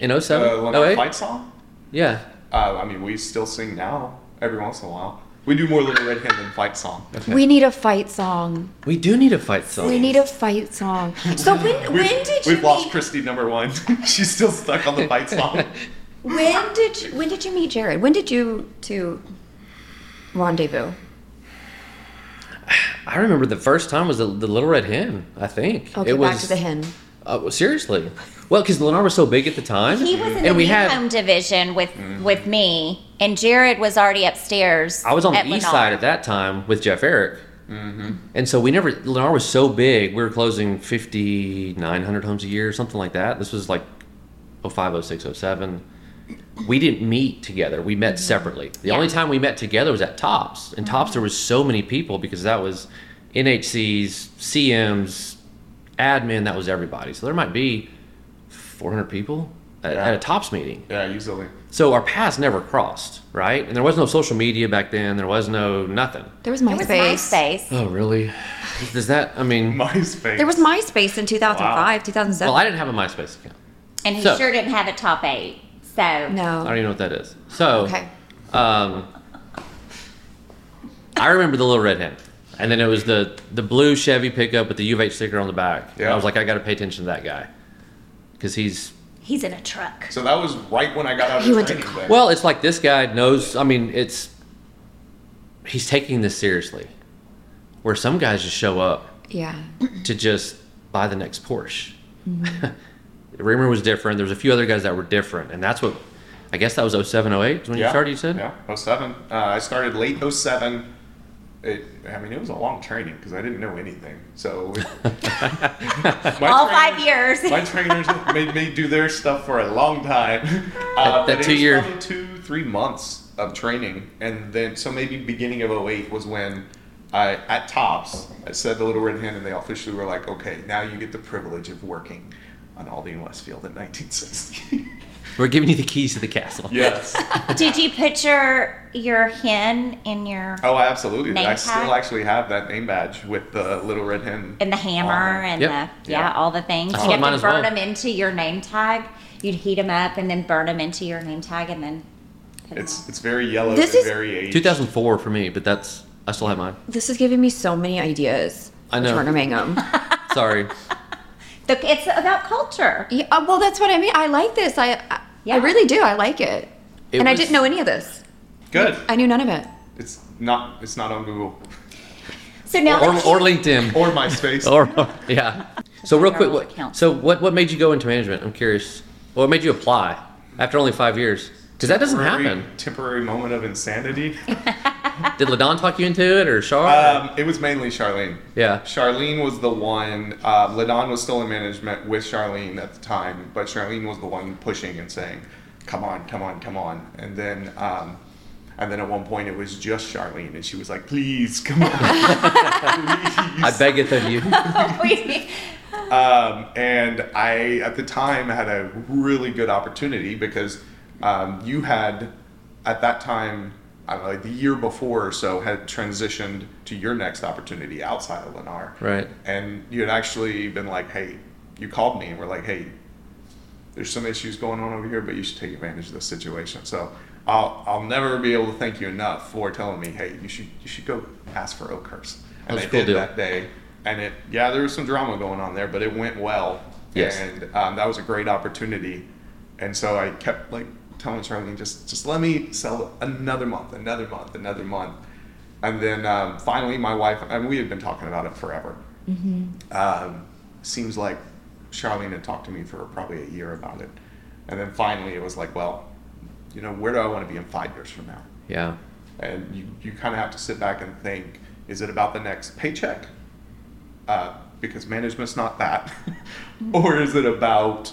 Speaker 4: in 07?
Speaker 3: Uh, when
Speaker 4: 08?
Speaker 3: fight song?
Speaker 4: Yeah.
Speaker 3: Uh, I mean, we still sing now every once in a while. We do more Little Red Hen than fight song.
Speaker 2: We need a fight song.
Speaker 4: We do need a fight song.
Speaker 2: We need a fight song. So when
Speaker 3: We've,
Speaker 2: when did
Speaker 3: we've
Speaker 2: you
Speaker 3: lost
Speaker 2: meet,
Speaker 3: Christy number one. She's still stuck on the fight song.
Speaker 2: when did you, when did you meet Jared? When did you two rendezvous?
Speaker 4: I remember the first time was the, the Little Red Hen, I think.
Speaker 2: Okay,
Speaker 4: it was,
Speaker 2: back to the hen.
Speaker 4: Uh, well, seriously. Well, because Lennar was so big at the time.
Speaker 1: he was in the
Speaker 4: and we
Speaker 1: new
Speaker 4: had, Mm-hmm.
Speaker 1: home division with with me, and Jared was already upstairs.
Speaker 4: I was on
Speaker 1: at
Speaker 4: the east
Speaker 1: Lennar.
Speaker 4: side at that time with Jeff Eric. And so we never, Lennar was so big, we were closing 5,900 homes a year, something like that. This was like 05, 06, 07. We didn't meet together. We met separately. The
Speaker 1: Mm-hmm. Yeah. Mm-hmm.
Speaker 4: only time we met together was at Tops. And Tops, there was so many people because that was NHCs, CMs, admin, that was everybody. So there might be 400 people at,
Speaker 3: Yeah.
Speaker 4: at a Tops meeting.
Speaker 3: yeah, usually.
Speaker 4: So our paths never crossed, right? And there was no social media back then. There was no nothing.
Speaker 2: There was
Speaker 1: It was
Speaker 2: MySpace.
Speaker 1: MySpace.
Speaker 4: Oh, really? Does that? I mean,
Speaker 3: MySpace.
Speaker 2: There was MySpace in 2005,
Speaker 3: Wow.
Speaker 2: 2007.
Speaker 4: well, I didn't have a MySpace account.
Speaker 1: And he
Speaker 4: So-
Speaker 1: sure didn't have a top eight. So
Speaker 4: I
Speaker 2: no.
Speaker 4: don't even know what that is. So,
Speaker 2: Okay.
Speaker 4: um, I remember the little red hen, and then it was the the blue Chevy pickup with the U of H sticker on the back. And I
Speaker 3: Yeah.
Speaker 4: was like, I got to pay attention to that guy because he's
Speaker 1: he's in a truck.
Speaker 3: So that was right when I got out of
Speaker 2: He
Speaker 3: the
Speaker 2: went to
Speaker 3: training day.
Speaker 4: Well, it's like this guy knows. I mean, it's he's taking this seriously. Where some guys just show up
Speaker 2: Yeah.
Speaker 4: to just buy the next Porsche.
Speaker 2: Mm-hmm.
Speaker 4: Reamer was different. There was a few other guys that were different, and that's what I guess that was 07, 08 is when you started. You said,
Speaker 3: Yeah, 07. Uh, I started late 07. It, I mean, it was a long training because I didn't know anything. So, My
Speaker 1: All
Speaker 3: training-
Speaker 1: five years.
Speaker 3: my trainers made me do their stuff for a long time. Uh,
Speaker 4: That- that
Speaker 3: but it was
Speaker 4: two-year-
Speaker 3: probably two, three months of training, and then so maybe beginning of 08 was when I at Tops I said the Little Red Hen, and they officially were like, okay, now you get the privilege of working on Aldi and Westfield in 1960.
Speaker 4: "We're giving you the keys to the castle."
Speaker 3: yes.
Speaker 1: Did you put your your hen in your
Speaker 3: Oh, I absolutely. did.
Speaker 1: Name
Speaker 3: I
Speaker 1: tag?
Speaker 3: still actually have that name badge with the Little Red Hen.
Speaker 1: and the hammer
Speaker 3: on it.
Speaker 1: and
Speaker 4: Yep.
Speaker 1: the yeah,
Speaker 3: Yeah.
Speaker 1: all the things.
Speaker 4: That's
Speaker 1: you have
Speaker 4: what mine
Speaker 1: to
Speaker 4: as
Speaker 1: burn
Speaker 4: well.
Speaker 1: them into your name tag. You'd heat them up and then burn them into your name tag and then. put 'em
Speaker 3: It's it's very yellow.
Speaker 2: This
Speaker 3: and
Speaker 2: is-
Speaker 3: very aged.
Speaker 4: 2004 for me, but that's I still have mine.
Speaker 2: This is giving me so many ideas.
Speaker 4: I know.
Speaker 2: Turner Mangum.
Speaker 4: Sorry,
Speaker 1: on. The- It's about culture.
Speaker 2: yeah, uh, well, that's what I mean. I like this. I I,
Speaker 1: Yeah.
Speaker 2: I really do. I like it.
Speaker 4: It
Speaker 2: and I
Speaker 4: was-
Speaker 2: didn't know any of this.
Speaker 3: Good.
Speaker 2: I knew none of it.
Speaker 3: It's not. It's not on Google
Speaker 1: So now
Speaker 4: or,
Speaker 1: that you-
Speaker 4: or LinkedIn,
Speaker 3: or MySpace.
Speaker 4: or, yeah. So real quick, what,
Speaker 1: Account.
Speaker 4: so what what made you go into management? I'm curious. What made you apply after only five years? Because that doesn't
Speaker 3: temporary-
Speaker 4: happen.
Speaker 3: Temporary moment of insanity.
Speaker 4: Did Ladon talk you into it or Shar?
Speaker 3: um, it was mainly Charlene.
Speaker 4: yeah.
Speaker 3: Charlene was the one. Uh, Ladon was still in management with Charlene at the time, but Charlene was the one pushing and saying, "Come on, come on, come on!" And then, um, and then at one point it was just Charlene, and she was like, "Please, come on."
Speaker 4: I beg it of you.
Speaker 1: we-
Speaker 3: Um, and I, at the time, had a really good opportunity because um, you had, at that time, I don't know, like the year before or so, had transitioned to your next opportunity outside of Lennar.
Speaker 4: Right.
Speaker 3: And you had actually been like, hey, you called me and were like, hey, there's some issues going on over here, but you should take advantage of this situation. So I'll, I'll never be able to thank you enough for telling me, hey, you should you should go ask for Oakhurst. And
Speaker 4: That's
Speaker 3: they
Speaker 4: a cool
Speaker 3: did
Speaker 4: deal.
Speaker 3: that day. And it yeah, there was some drama going on there, but it went well.
Speaker 4: Yes.
Speaker 3: And um, that was a great opportunity. And so I kept like telling Charlene, just just let me sell another month, another month, another month. And then um, finally, my wife, and we had been talking about it forever. Um, seems like Charlene had talked to me for probably a year about it. And then finally, it was like, well, you know, where do I want to be in five years from now?
Speaker 4: Yeah.
Speaker 3: And you, you kind of have to sit back and think is it about the next paycheck? Uh, because management's not that. or is it about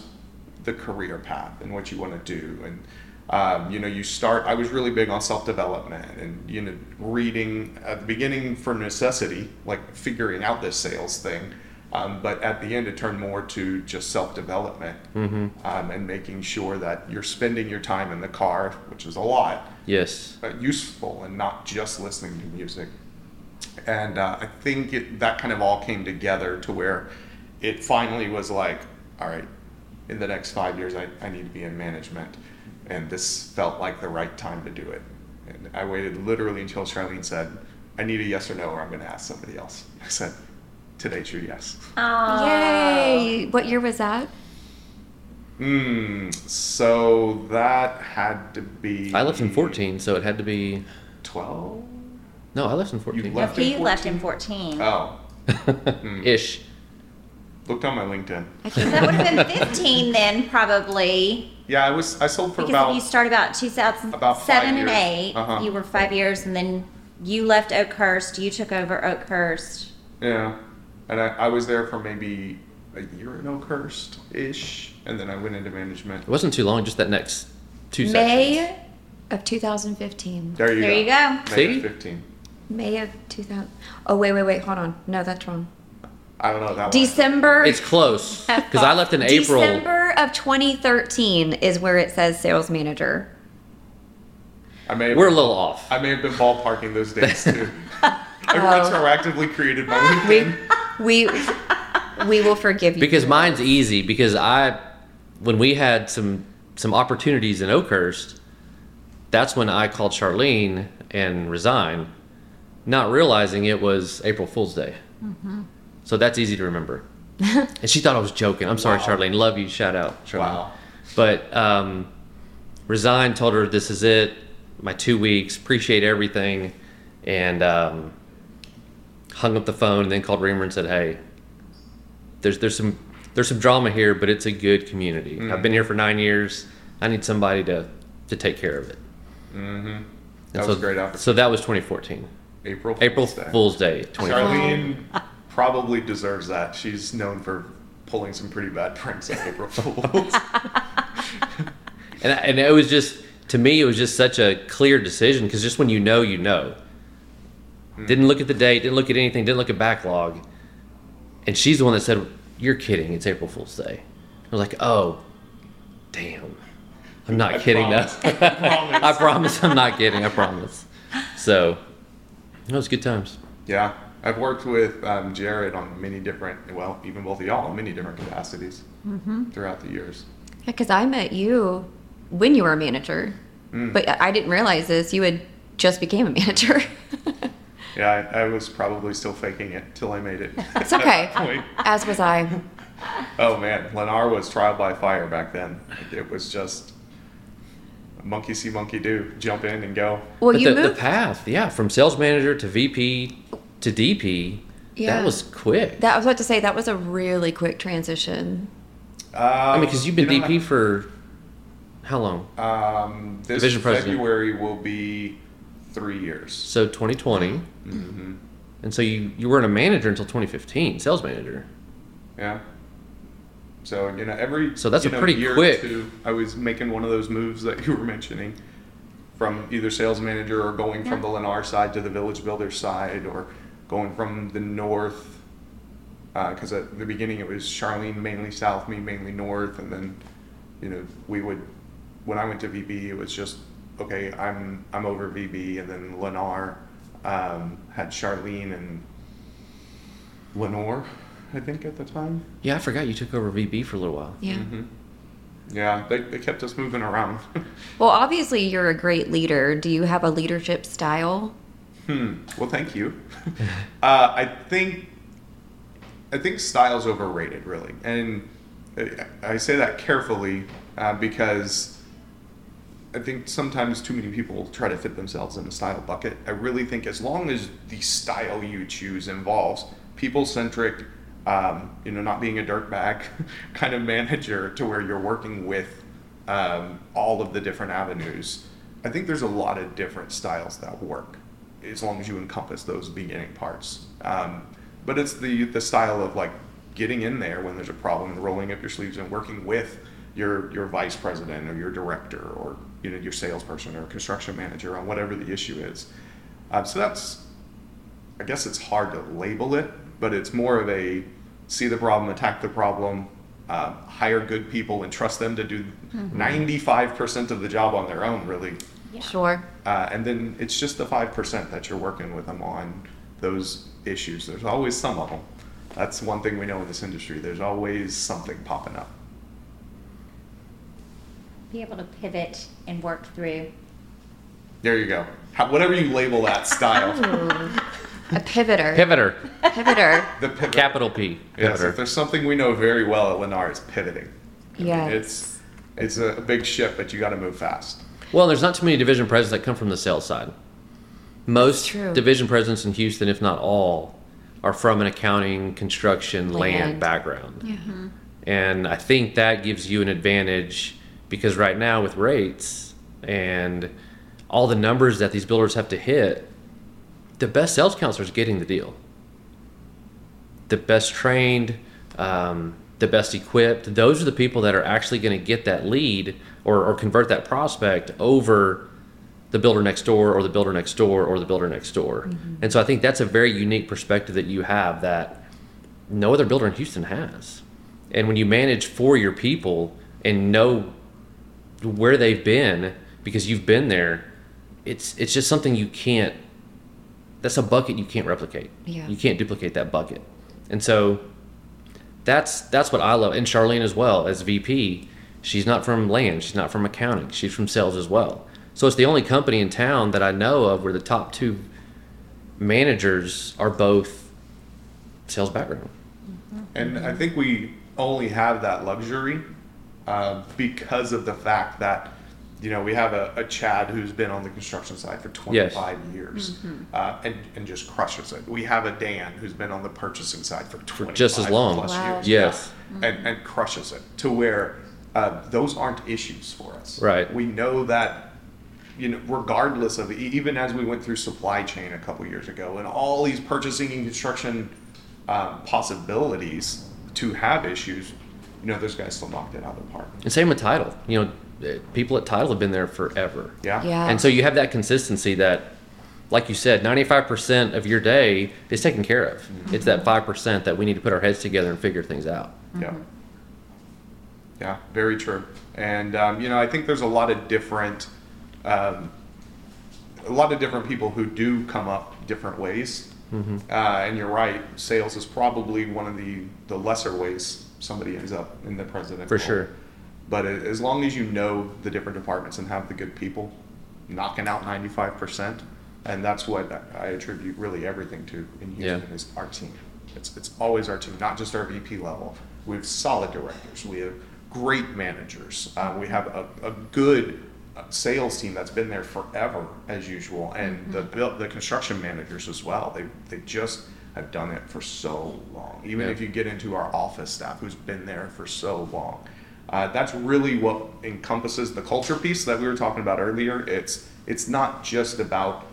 Speaker 3: the career path and what you want to do? And, um, you know, you start, I was really big on self development and, you know, reading at the beginning for necessity, like figuring out this sales thing. Um, but at the end, it turned more to just self development um, and making sure that you're spending your time in the car, which is a lot,
Speaker 4: Yes.
Speaker 3: uh, useful and not just listening to music. And uh, I think it, that kind of all came together to where it finally was like, all right, in the next five years, I, I need to be in management. And this felt like the right time to do it. And I waited literally until Charlene said, I need a yes or no, or I'm going to ask somebody else. I said, today's your yes.
Speaker 1: Aw.
Speaker 2: Yay! What year was that?
Speaker 3: Hmm. So that had to be.
Speaker 4: I left in 14, so it had to be.
Speaker 3: 12?
Speaker 4: No, I left in 14.
Speaker 3: You left-
Speaker 1: he
Speaker 3: in
Speaker 1: left in 14.
Speaker 3: Oh,
Speaker 4: Ish.
Speaker 3: looked on my LinkedIn.
Speaker 1: That would have been 15 then, probably.
Speaker 3: Yeah, I was. I sold for
Speaker 1: Because
Speaker 3: about.
Speaker 1: if you start about 2007
Speaker 3: About five
Speaker 1: and
Speaker 3: years.
Speaker 1: 8,
Speaker 3: Uh-huh.
Speaker 1: you were five years, and then you left Oakhurst. You took over Oakhurst.
Speaker 3: Yeah, and I, I was there for maybe a year in Oakhurst ish, and then I went into management.
Speaker 4: It wasn't too long, just that next two sections.
Speaker 2: May of 2015.
Speaker 3: There you
Speaker 1: There
Speaker 3: go.
Speaker 1: you go.
Speaker 3: May
Speaker 4: See?
Speaker 3: of fifteen.
Speaker 2: May of 2000. Oh, wait, wait, wait. Hold on. No, that's wrong.
Speaker 3: I don't know that
Speaker 2: December.
Speaker 4: It's close. Because I left in April.
Speaker 2: December of 2013 is where it says sales manager.
Speaker 3: one. I may have,
Speaker 4: We're a little off.
Speaker 3: I may have been ballparking those days too. I
Speaker 2: Oh.
Speaker 3: retroactively created my LinkedIn.
Speaker 2: We we will forgive you.
Speaker 4: Because mine's easy because I when we had some some opportunities in Oakhurst, that's when I called Charlene and resigned, not realizing it was April Fool's Day. So that's easy to remember. and she thought I was joking. I'm sorry,
Speaker 3: Wow.
Speaker 4: Charlene. Love you. Shout out, Charlene.
Speaker 3: Wow.
Speaker 4: But um, resigned, told her this is it. My two weeks. Appreciate everything, and um, hung up the phone. And then called Reamer and said, "Hey, there's there's some there's some drama here, but it's a good community.
Speaker 3: Mm-hmm.
Speaker 4: I've been here for nine years. I need somebody to to take care of it." Mm-hmm.
Speaker 3: That was a great opportunity.
Speaker 4: So that was 2014,
Speaker 3: April.
Speaker 4: April
Speaker 3: Fool's Day.
Speaker 4: Fool's Day. 2014.
Speaker 3: Charlene probably deserves that. She's known for pulling some pretty bad pranks on April Fools.
Speaker 4: And, and it was just, to me, it was just such a clear decision because just when you know, you know.
Speaker 3: Hmm.
Speaker 4: Didn't look at the date, didn't look at anything, didn't look at backlog. And she's the one that said, You're kidding, it's April Fool's Day. I was like, Oh, damn. I'm not
Speaker 3: I
Speaker 4: kidding.
Speaker 3: promise.
Speaker 4: though.
Speaker 3: I promise.
Speaker 4: I promise I'm not kidding. I promise. So, that was good times.
Speaker 3: Yeah, I've worked with um, Jared on many different, well, even both of y'all, in many different capacities throughout the years.
Speaker 2: Because I met you when you were a manager,
Speaker 4: Hmm.
Speaker 2: but I I didn't realize this. You had just became a manager.
Speaker 3: Yeah, I, I was probably still faking it till I made it.
Speaker 2: it's okay.
Speaker 3: Wait.
Speaker 2: As was I.
Speaker 3: oh man, Lennar was trial by fire back then. It was just monkey see, monkey do, jump in and go.
Speaker 2: Well,
Speaker 4: but
Speaker 2: you
Speaker 4: the, the
Speaker 2: moved.
Speaker 4: path, yeah, from sales manager to VP to DP,
Speaker 2: Yeah.
Speaker 4: that was quick.
Speaker 2: that I was about to say that was a really quick transition.
Speaker 3: Uh,
Speaker 4: I mean, because you've been
Speaker 3: you know,
Speaker 4: DP for how long?
Speaker 3: um, this
Speaker 4: Division president.
Speaker 3: February will be three years.
Speaker 4: so 2020, Mm-hmm. and so you you weren't a manager until 2015, sales manager.
Speaker 3: Yeah. So you know every
Speaker 4: So that's
Speaker 3: you
Speaker 4: a
Speaker 3: know,
Speaker 4: pretty
Speaker 3: year or
Speaker 4: quick-
Speaker 3: two, I was making one of those moves that you were mentioning, from either sales manager or going from the Lennar side to the Village Builder side, or going from the north. Because at the beginning it was Charlene mainly south, me mainly north, and then you know we would when I went to VB it was just okay I'm I'm over VB, and then Lennar um, had Charlene and Lenore, I think at the time.
Speaker 4: Yeah, I forgot you took over VB for a little while.
Speaker 2: Yeah.
Speaker 3: Yeah, they, they kept us moving around.
Speaker 2: Well, obviously you're a great leader. Do you have a leadership style?
Speaker 3: hmm. Well, thank you. uh, I think I think style's overrated, really, and I I say that carefully uh, because I think sometimes too many people try to fit themselves in a style bucket. I really think as long as the style you choose involves people centric, um, you know, not being a dirtbag kind of manager to where you're working with um, all of the different avenues. I think there's a lot of different styles that work as long as you encompass those beginning parts. Um, but it's the the style of like getting in there when there's a problem and rolling up your sleeves and working with your your vice president or your director or you know your salesperson or construction manager on whatever the issue is. Um, so that's, I guess it's hard to label it, but it's more of a see the problem, attack the problem, uh, hire good people and trust them to do 95% of the job on their own, really.
Speaker 2: Sure.
Speaker 3: Uh, and then it's just the 5% that you're working with them on those issues. There's always some of them. That's one thing we know in this industry. There's always something popping up.
Speaker 1: Be able to pivot and work through.
Speaker 3: There you go. How, whatever you label that
Speaker 2: Hmm.
Speaker 3: style,
Speaker 2: A pivoter.
Speaker 4: Pivoter,
Speaker 2: Pivoter.
Speaker 3: the pivot.
Speaker 4: capital P.
Speaker 3: Yes,
Speaker 4: Pivoter.
Speaker 3: if there's something we know very well at Lennar, it's pivoting. I mean,
Speaker 2: Yeah.
Speaker 3: It's, it's a big ship, but you got to move fast.
Speaker 4: Well, there's not too many division presidents that come from the sales side. Most
Speaker 2: true.
Speaker 4: division presidents in Houston, if not all, are from an accounting, construction, land,
Speaker 2: Land.
Speaker 4: background. And I think that gives you an advantage because right now with rates and all the numbers that these builders have to hit, the best sales counselor is getting the deal. The best trained, um, the best equipped, those are the people that are actually going to get that lead or, or convert that prospect over the builder next door or the builder next door or the builder next door. And so I think that's a very unique perspective that you have that no other builder in Houston has. And when you manage for your people and know where they've been because you've been there, it's it's just something you can't that's a bucket you can't replicate.
Speaker 2: Yeah.
Speaker 4: You can't duplicate that bucket. And so that's that's what I love. And Charlene as well as VP, she's not from land, she's not from accounting, she's from sales as well. So it's the only company in town that I know of where the top two managers are both sales background.
Speaker 3: And
Speaker 4: Mm-hmm.
Speaker 3: I think we only have that luxury uh, because of the fact that, you know, we have a, a Chad who's been on the construction side for 25 years uh, and, and just crushes it. We have a Dan who's been on the purchasing side for 25
Speaker 4: just as long.
Speaker 3: plus
Speaker 2: Wow.
Speaker 3: years.
Speaker 4: Yes.
Speaker 3: and, and crushes it to where uh, those aren't issues for us.
Speaker 4: Right.
Speaker 3: We know that, you know, regardless of e- even as we went through supply chain a couple years ago and all these purchasing and construction um, possibilities to have issues, you know, those guys still knocked it out of the park.
Speaker 4: And same with title. You know, eh, people at title have been there forever.
Speaker 3: Yeah.
Speaker 2: Yeah.
Speaker 4: And so you have that consistency that, like you said, 95% of your day is taken care of.
Speaker 3: Mm-hmm.
Speaker 4: It's that 5% that we need to put our heads together and figure things out.
Speaker 3: Yeah. Yeah, very true. And um, you know, I think there's a lot of different, um, a lot of different people who do come up different ways.
Speaker 4: Mm-hmm.
Speaker 3: Uh, and you're right, sales is probably one of the the lesser ways somebody ends up in the president.
Speaker 4: For
Speaker 3: role.
Speaker 4: sure.
Speaker 3: But a- as long as you know the different departments and have the good people knocking out 95%, and that's what I attribute really everything to in
Speaker 4: Yeah.
Speaker 3: Houston is our team. It's, it's always our team, not just our VP level. We have solid directors, we have great managers, uh, we have a, a good uh, sales team that's been there forever as usual, and the buil- the construction managers as well. They, they just have done it for so long. Even
Speaker 4: Yeah.
Speaker 3: if you get into our office staff who's been there for so long. Uh, that's really what encompasses the culture piece that we were talking about earlier. It's it's not just about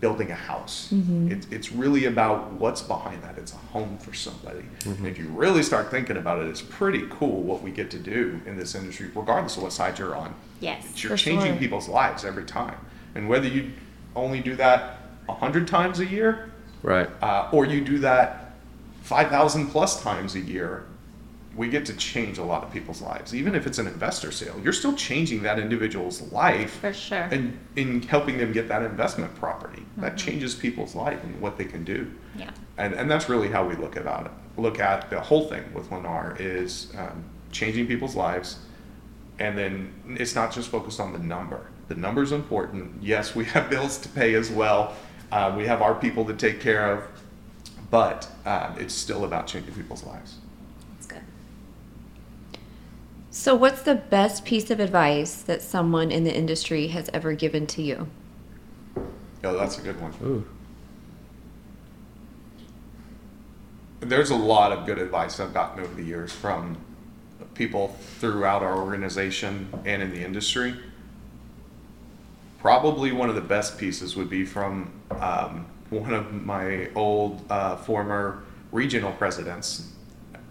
Speaker 3: building a house.
Speaker 2: Mm-hmm.
Speaker 3: It's it's really about what's behind that. It's a home for somebody.
Speaker 2: Mm-hmm.
Speaker 3: If you really start thinking about it, it's pretty cool what we get to do in this industry, regardless of what side you're on.
Speaker 1: Yes.
Speaker 3: It's- you're
Speaker 2: For
Speaker 3: changing
Speaker 2: sure.
Speaker 3: people's lives every time, and whether you only do that hundred times a year
Speaker 4: Right.
Speaker 3: uh, or you do that 5,000 plus times a year, we get to change a lot of people's lives. Even if it's an investor sale, you're still changing that individual's life
Speaker 1: For sure.
Speaker 3: and in helping them get that investment property. That changes people's life and what they can do.
Speaker 1: Yeah.
Speaker 3: And, and that's really how we look about it. Look at the whole thing with Lennar is um, changing people's lives, and then it's not just focused on the number. The number's important. Yes, we have bills to pay as well. Uh, we have our people to take care of, but um, it's still about changing people's lives.
Speaker 1: That's good.
Speaker 2: So, what's the best piece of advice that someone in the industry has ever given to you?
Speaker 3: Yeah, Oh, that's a good one.
Speaker 4: Ooh.
Speaker 3: There's a lot of good advice I've gotten over the years from people throughout our organization and in the industry. Probably one of the best pieces would be from um, one of my old uh, former regional presidents,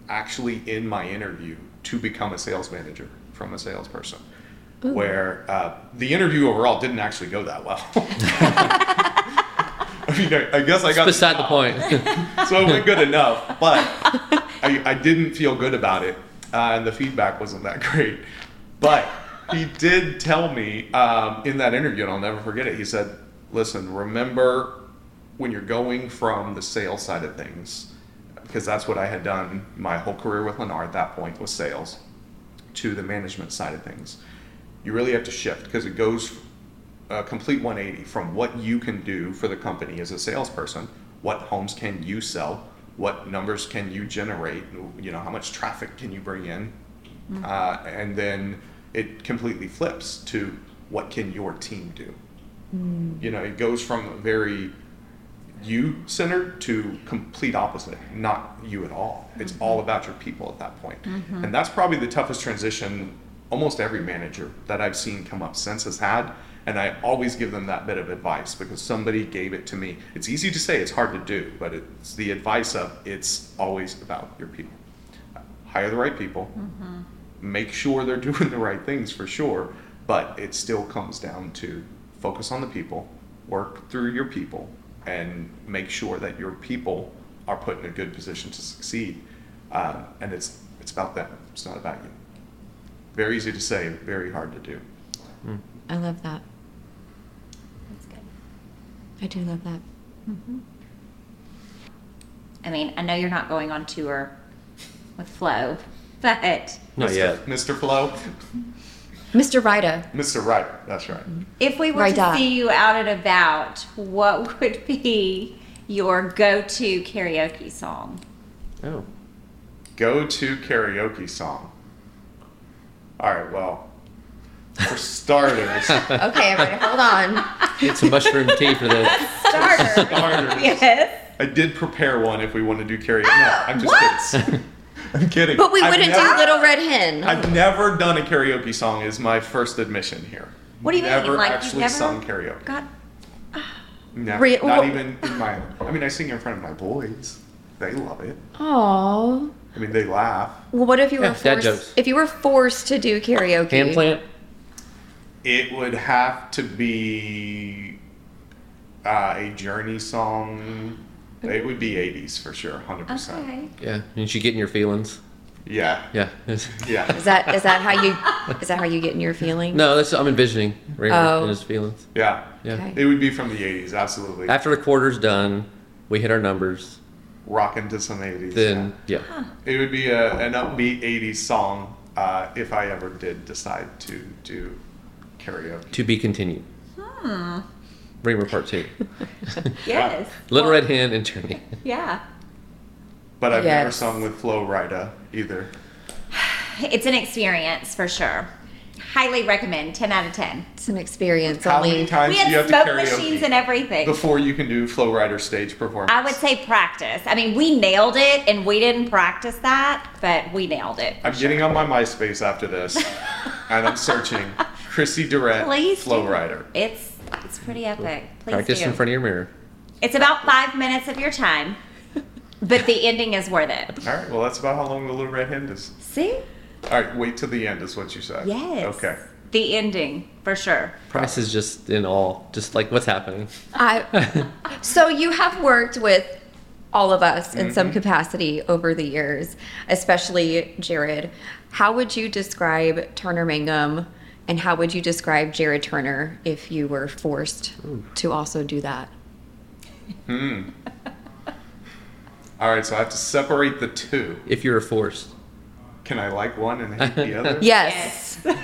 Speaker 3: actually in my interview to become a sales manager from a salesperson, where uh, the interview overall didn't actually go that well. I mean, I, I guess I
Speaker 4: It's
Speaker 3: got Mm.
Speaker 4: beside the
Speaker 3: job
Speaker 4: point.
Speaker 3: so it went good enough, but I, I didn't feel good about it, uh, and the feedback wasn't that great. But he did tell me um, in that interview, and I'll never forget it. He said, "Listen, remember when you're going from the sales side of things, because that's what I had done my whole career with Lennar at that point was sales, to the management side of things. You really have to shift because it goes a complete 180 from what you can do for the company as a salesperson. What homes can you sell? What numbers can you generate? You know, how much traffic can you bring in? Uh, and then it completely flips to what can your team do? You know, it goes from very you centered to complete opposite, not you at all. It's all about your people at that point. And that's probably the toughest transition almost every manager that I've seen come up since has had. And I always give them that bit of advice because somebody gave it to me. It's easy to say, it's hard to do, but it's the advice of it's always about your people. Hire the right people, make sure they're doing the right things for sure, but it still comes down to focus on the people, work through your people, and make sure that your people are put in a good position to succeed. Uh, and it's it's about them. It's not about you. Very easy to say, very hard to do.
Speaker 2: I love that.
Speaker 1: That's good.
Speaker 2: I do love that.
Speaker 1: Mm-hmm. I mean, I know you're not going on tour with Flo, but
Speaker 4: Not yet.
Speaker 3: Mr. Flow,
Speaker 2: Mr. Ryda,
Speaker 3: Mr. Right. That's right.
Speaker 1: if we were
Speaker 2: Right
Speaker 1: to
Speaker 2: up.
Speaker 1: see you out and about, what would be your go-to karaoke song?
Speaker 4: Oh.
Speaker 3: Go to karaoke song. All right. Well, for starters.
Speaker 2: Okay, everybody, hold on.
Speaker 4: Get some mushroom tea for the
Speaker 1: Starter.
Speaker 3: starters.
Speaker 1: yes.
Speaker 3: I did prepare one if we want to do karaoke. No,
Speaker 1: Ah,
Speaker 3: I'm just kidding. I'm kidding.
Speaker 2: But we
Speaker 3: I've
Speaker 2: wouldn't
Speaker 3: never-
Speaker 2: do Little Red Hen.
Speaker 3: I've never done a karaoke song. Is my first admission here.
Speaker 1: What do you mean?
Speaker 3: never
Speaker 1: Like, you've
Speaker 3: actually
Speaker 1: never-
Speaker 3: sung karaoke.
Speaker 1: God.
Speaker 3: No,
Speaker 2: Re-
Speaker 3: not
Speaker 2: wh-
Speaker 3: even in my. I mean, I sing in front of my boys. They love it.
Speaker 2: Oh.
Speaker 3: I mean, they laugh.
Speaker 2: Well, what if you were
Speaker 4: Yeah, dad jokes.
Speaker 2: forced? If you were forced to do karaoke,
Speaker 4: hand plant.
Speaker 3: It would have to be uh, a Journey song. It would be 80s for sure, 100%.
Speaker 1: Okay.
Speaker 4: Yeah. And she getting your feelings.
Speaker 3: Yeah,
Speaker 4: Yeah.
Speaker 3: yeah,
Speaker 2: Is that is that how you is that how you get in your feeling?
Speaker 4: no, that's I'm envisioning Raymer
Speaker 2: Oh.
Speaker 4: and his feelings.
Speaker 3: yeah.
Speaker 4: Yeah.
Speaker 2: Okay.
Speaker 3: It would be from the 80s, absolutely.
Speaker 4: After the quarter's done, we hit our numbers.
Speaker 3: Rocking to some 80s.
Speaker 4: Then yeah.
Speaker 3: It would be a, an upbeat 80s song uh, if I ever did decide to do karaoke.
Speaker 4: To be continued. Hmm. Raymer part two.
Speaker 1: Yes.
Speaker 4: Little Red Hen and Journey.
Speaker 1: Yeah.
Speaker 3: But I've never
Speaker 2: Yes.
Speaker 3: sung with Flo Rida either.
Speaker 1: It's an experience for sure. Highly recommend. 10 out of 10.
Speaker 2: It's an experience.
Speaker 3: How
Speaker 2: only
Speaker 3: many times
Speaker 1: We
Speaker 3: do you
Speaker 1: had
Speaker 3: have to
Speaker 1: smoke
Speaker 3: karaoke
Speaker 1: machines and everything.
Speaker 3: before you can do Flo Rida stage performance?
Speaker 1: I would say practice. I mean, we nailed it and we didn't practice that, but we nailed it.
Speaker 3: I'm getting on my MySpace after this, and I'm searching Chrissy Durrett,
Speaker 1: Please.
Speaker 3: Flow
Speaker 1: do.
Speaker 3: Rider.
Speaker 1: It's it's pretty epic. Please
Speaker 4: Practice
Speaker 1: do.
Speaker 4: in front of your mirror.
Speaker 1: It's about five minutes of your time, but the ending is worth it.
Speaker 3: All right, well, that's about how long the Little Red Hen is.
Speaker 1: See?
Speaker 3: All right, wait till the end is what you said.
Speaker 1: Yes.
Speaker 3: Okay.
Speaker 1: The ending, for sure.
Speaker 4: Price is just in all, just like what's happening.
Speaker 2: I, so you have worked with all of us in some capacity over the years, especially Jared. How would you describe Turner Mangum, and how would you describe Jared Turner if you were forced to also do that?
Speaker 3: All right, so I have to separate the two.
Speaker 4: If you're forced.
Speaker 3: Can I like one and hate the other?
Speaker 2: Yes.
Speaker 3: No.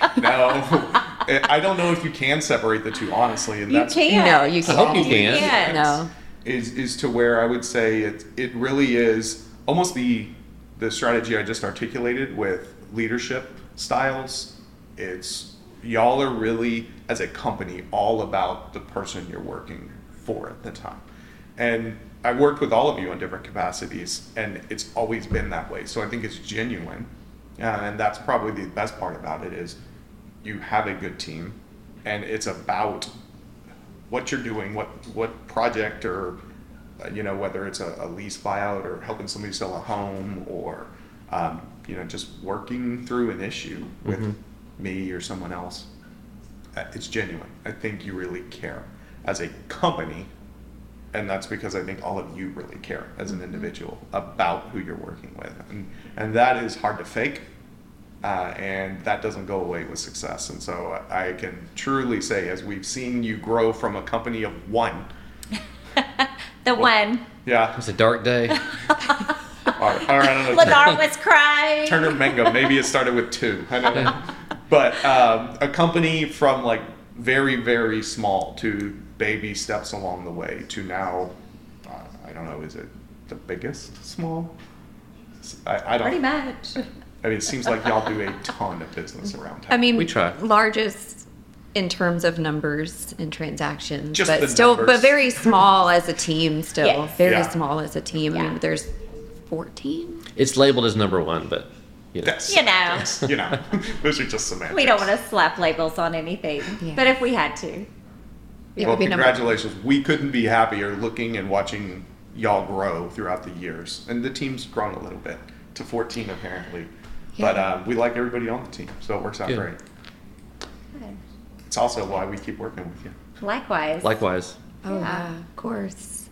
Speaker 3: I I don't know if you can separate the two, honestly. And
Speaker 1: You
Speaker 3: that's
Speaker 1: can.
Speaker 2: No, you
Speaker 4: I hope you
Speaker 2: can't.
Speaker 4: can.
Speaker 1: Yeah.
Speaker 2: No.
Speaker 3: is is to where I would say it it really is almost the the strategy I just articulated with leadership styles, it's y'all are really as a company all about the person you're working for at the time. And I worked with all of you in different capacities, and it's always been that way. So I think it's genuine, uh, and that's probably the best part about it is you have a good team, and it's about what you're doing, what what project or uh, you know whether it's a, a lease buyout or helping somebody sell a home or um, you know just working through an issue with me or someone else. Uh, It's genuine. I think you really care as a company, and that's because I think all of you really care as an individual about who you're working with, and and that is hard to fake uh, and that doesn't go away with success. And so I can truly say, as we've seen you grow from a company of one,
Speaker 1: The one.
Speaker 3: yeah,
Speaker 4: It's a dark day.
Speaker 3: all right, all right, I don't know.
Speaker 1: Ladar was crying.
Speaker 3: Turner Mango, maybe it started with two, I don't know, but um, a company from like very very small to baby steps along the way to now, uh, I don't know, is it the biggest small? I, I
Speaker 1: Pretty
Speaker 3: don't.
Speaker 1: much.
Speaker 3: I mean, it seems like y'all do a ton of business around town.
Speaker 2: I mean,
Speaker 4: We try.
Speaker 2: largest in terms of numbers and transactions,
Speaker 3: Just the
Speaker 2: but still,
Speaker 3: numbers.
Speaker 2: but very small as a team. Still,
Speaker 1: Yes.
Speaker 2: very
Speaker 3: Yeah.
Speaker 2: small as a team. I
Speaker 1: Yeah.
Speaker 2: mean, there's fourteen.
Speaker 4: It's labeled as number one, but you know.
Speaker 3: That's-
Speaker 1: You know.
Speaker 3: you know, those are just semantics.
Speaker 1: We don't want to slap labels on anything,
Speaker 2: Yeah.
Speaker 1: but if we had to,
Speaker 2: It
Speaker 3: well,
Speaker 2: would be number-
Speaker 3: congratulations. We couldn't be happier looking and watching y'all grow throughout the years. And the team's grown a little bit to 14, apparently. But
Speaker 2: Yeah.
Speaker 3: uh, we like everybody on the team, so it works out
Speaker 4: Good.
Speaker 3: great. It's also why we keep working with you.
Speaker 1: likewise.
Speaker 4: likewise.
Speaker 2: Oh,
Speaker 1: Yeah.
Speaker 2: yeah, of course.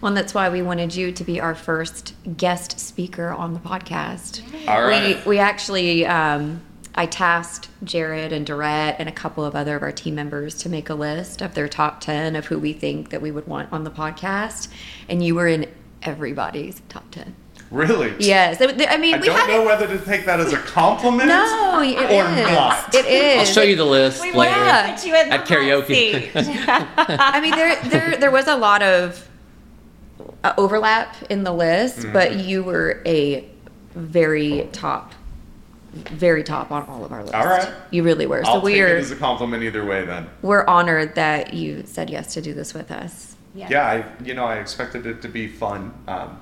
Speaker 2: Well, and that's why we wanted you to be our first guest speaker on the podcast.
Speaker 3: All right.
Speaker 2: We, we actually, um, I tasked Jared and Dorette and a couple of other of our team members to make a list of their top 10 of who we think that we would want on the podcast. And you were in everybody's top 10.
Speaker 3: Really?
Speaker 2: Yes. I I mean,
Speaker 3: I
Speaker 2: we
Speaker 3: don't
Speaker 2: haven't.
Speaker 3: know whether to take that as a compliment.
Speaker 2: No, it is.
Speaker 3: Or not.
Speaker 2: It is.
Speaker 4: I'll show you the list
Speaker 1: We
Speaker 4: later.
Speaker 1: want
Speaker 2: Yeah.
Speaker 1: to put you in the
Speaker 4: At karaoke.
Speaker 1: hot seat.
Speaker 2: I mean, there there there was a lot of uh, overlap in the list,
Speaker 3: Mm-hmm.
Speaker 2: but you were a very top, very top on all of our lists.
Speaker 3: All right.
Speaker 2: you really were. So
Speaker 3: I'll take it
Speaker 2: we're
Speaker 3: as a compliment either way then.
Speaker 2: we're honored that you said yes to do this with us.
Speaker 1: Yeah.
Speaker 3: Yeah, I, you know, I expected it to be fun. Um,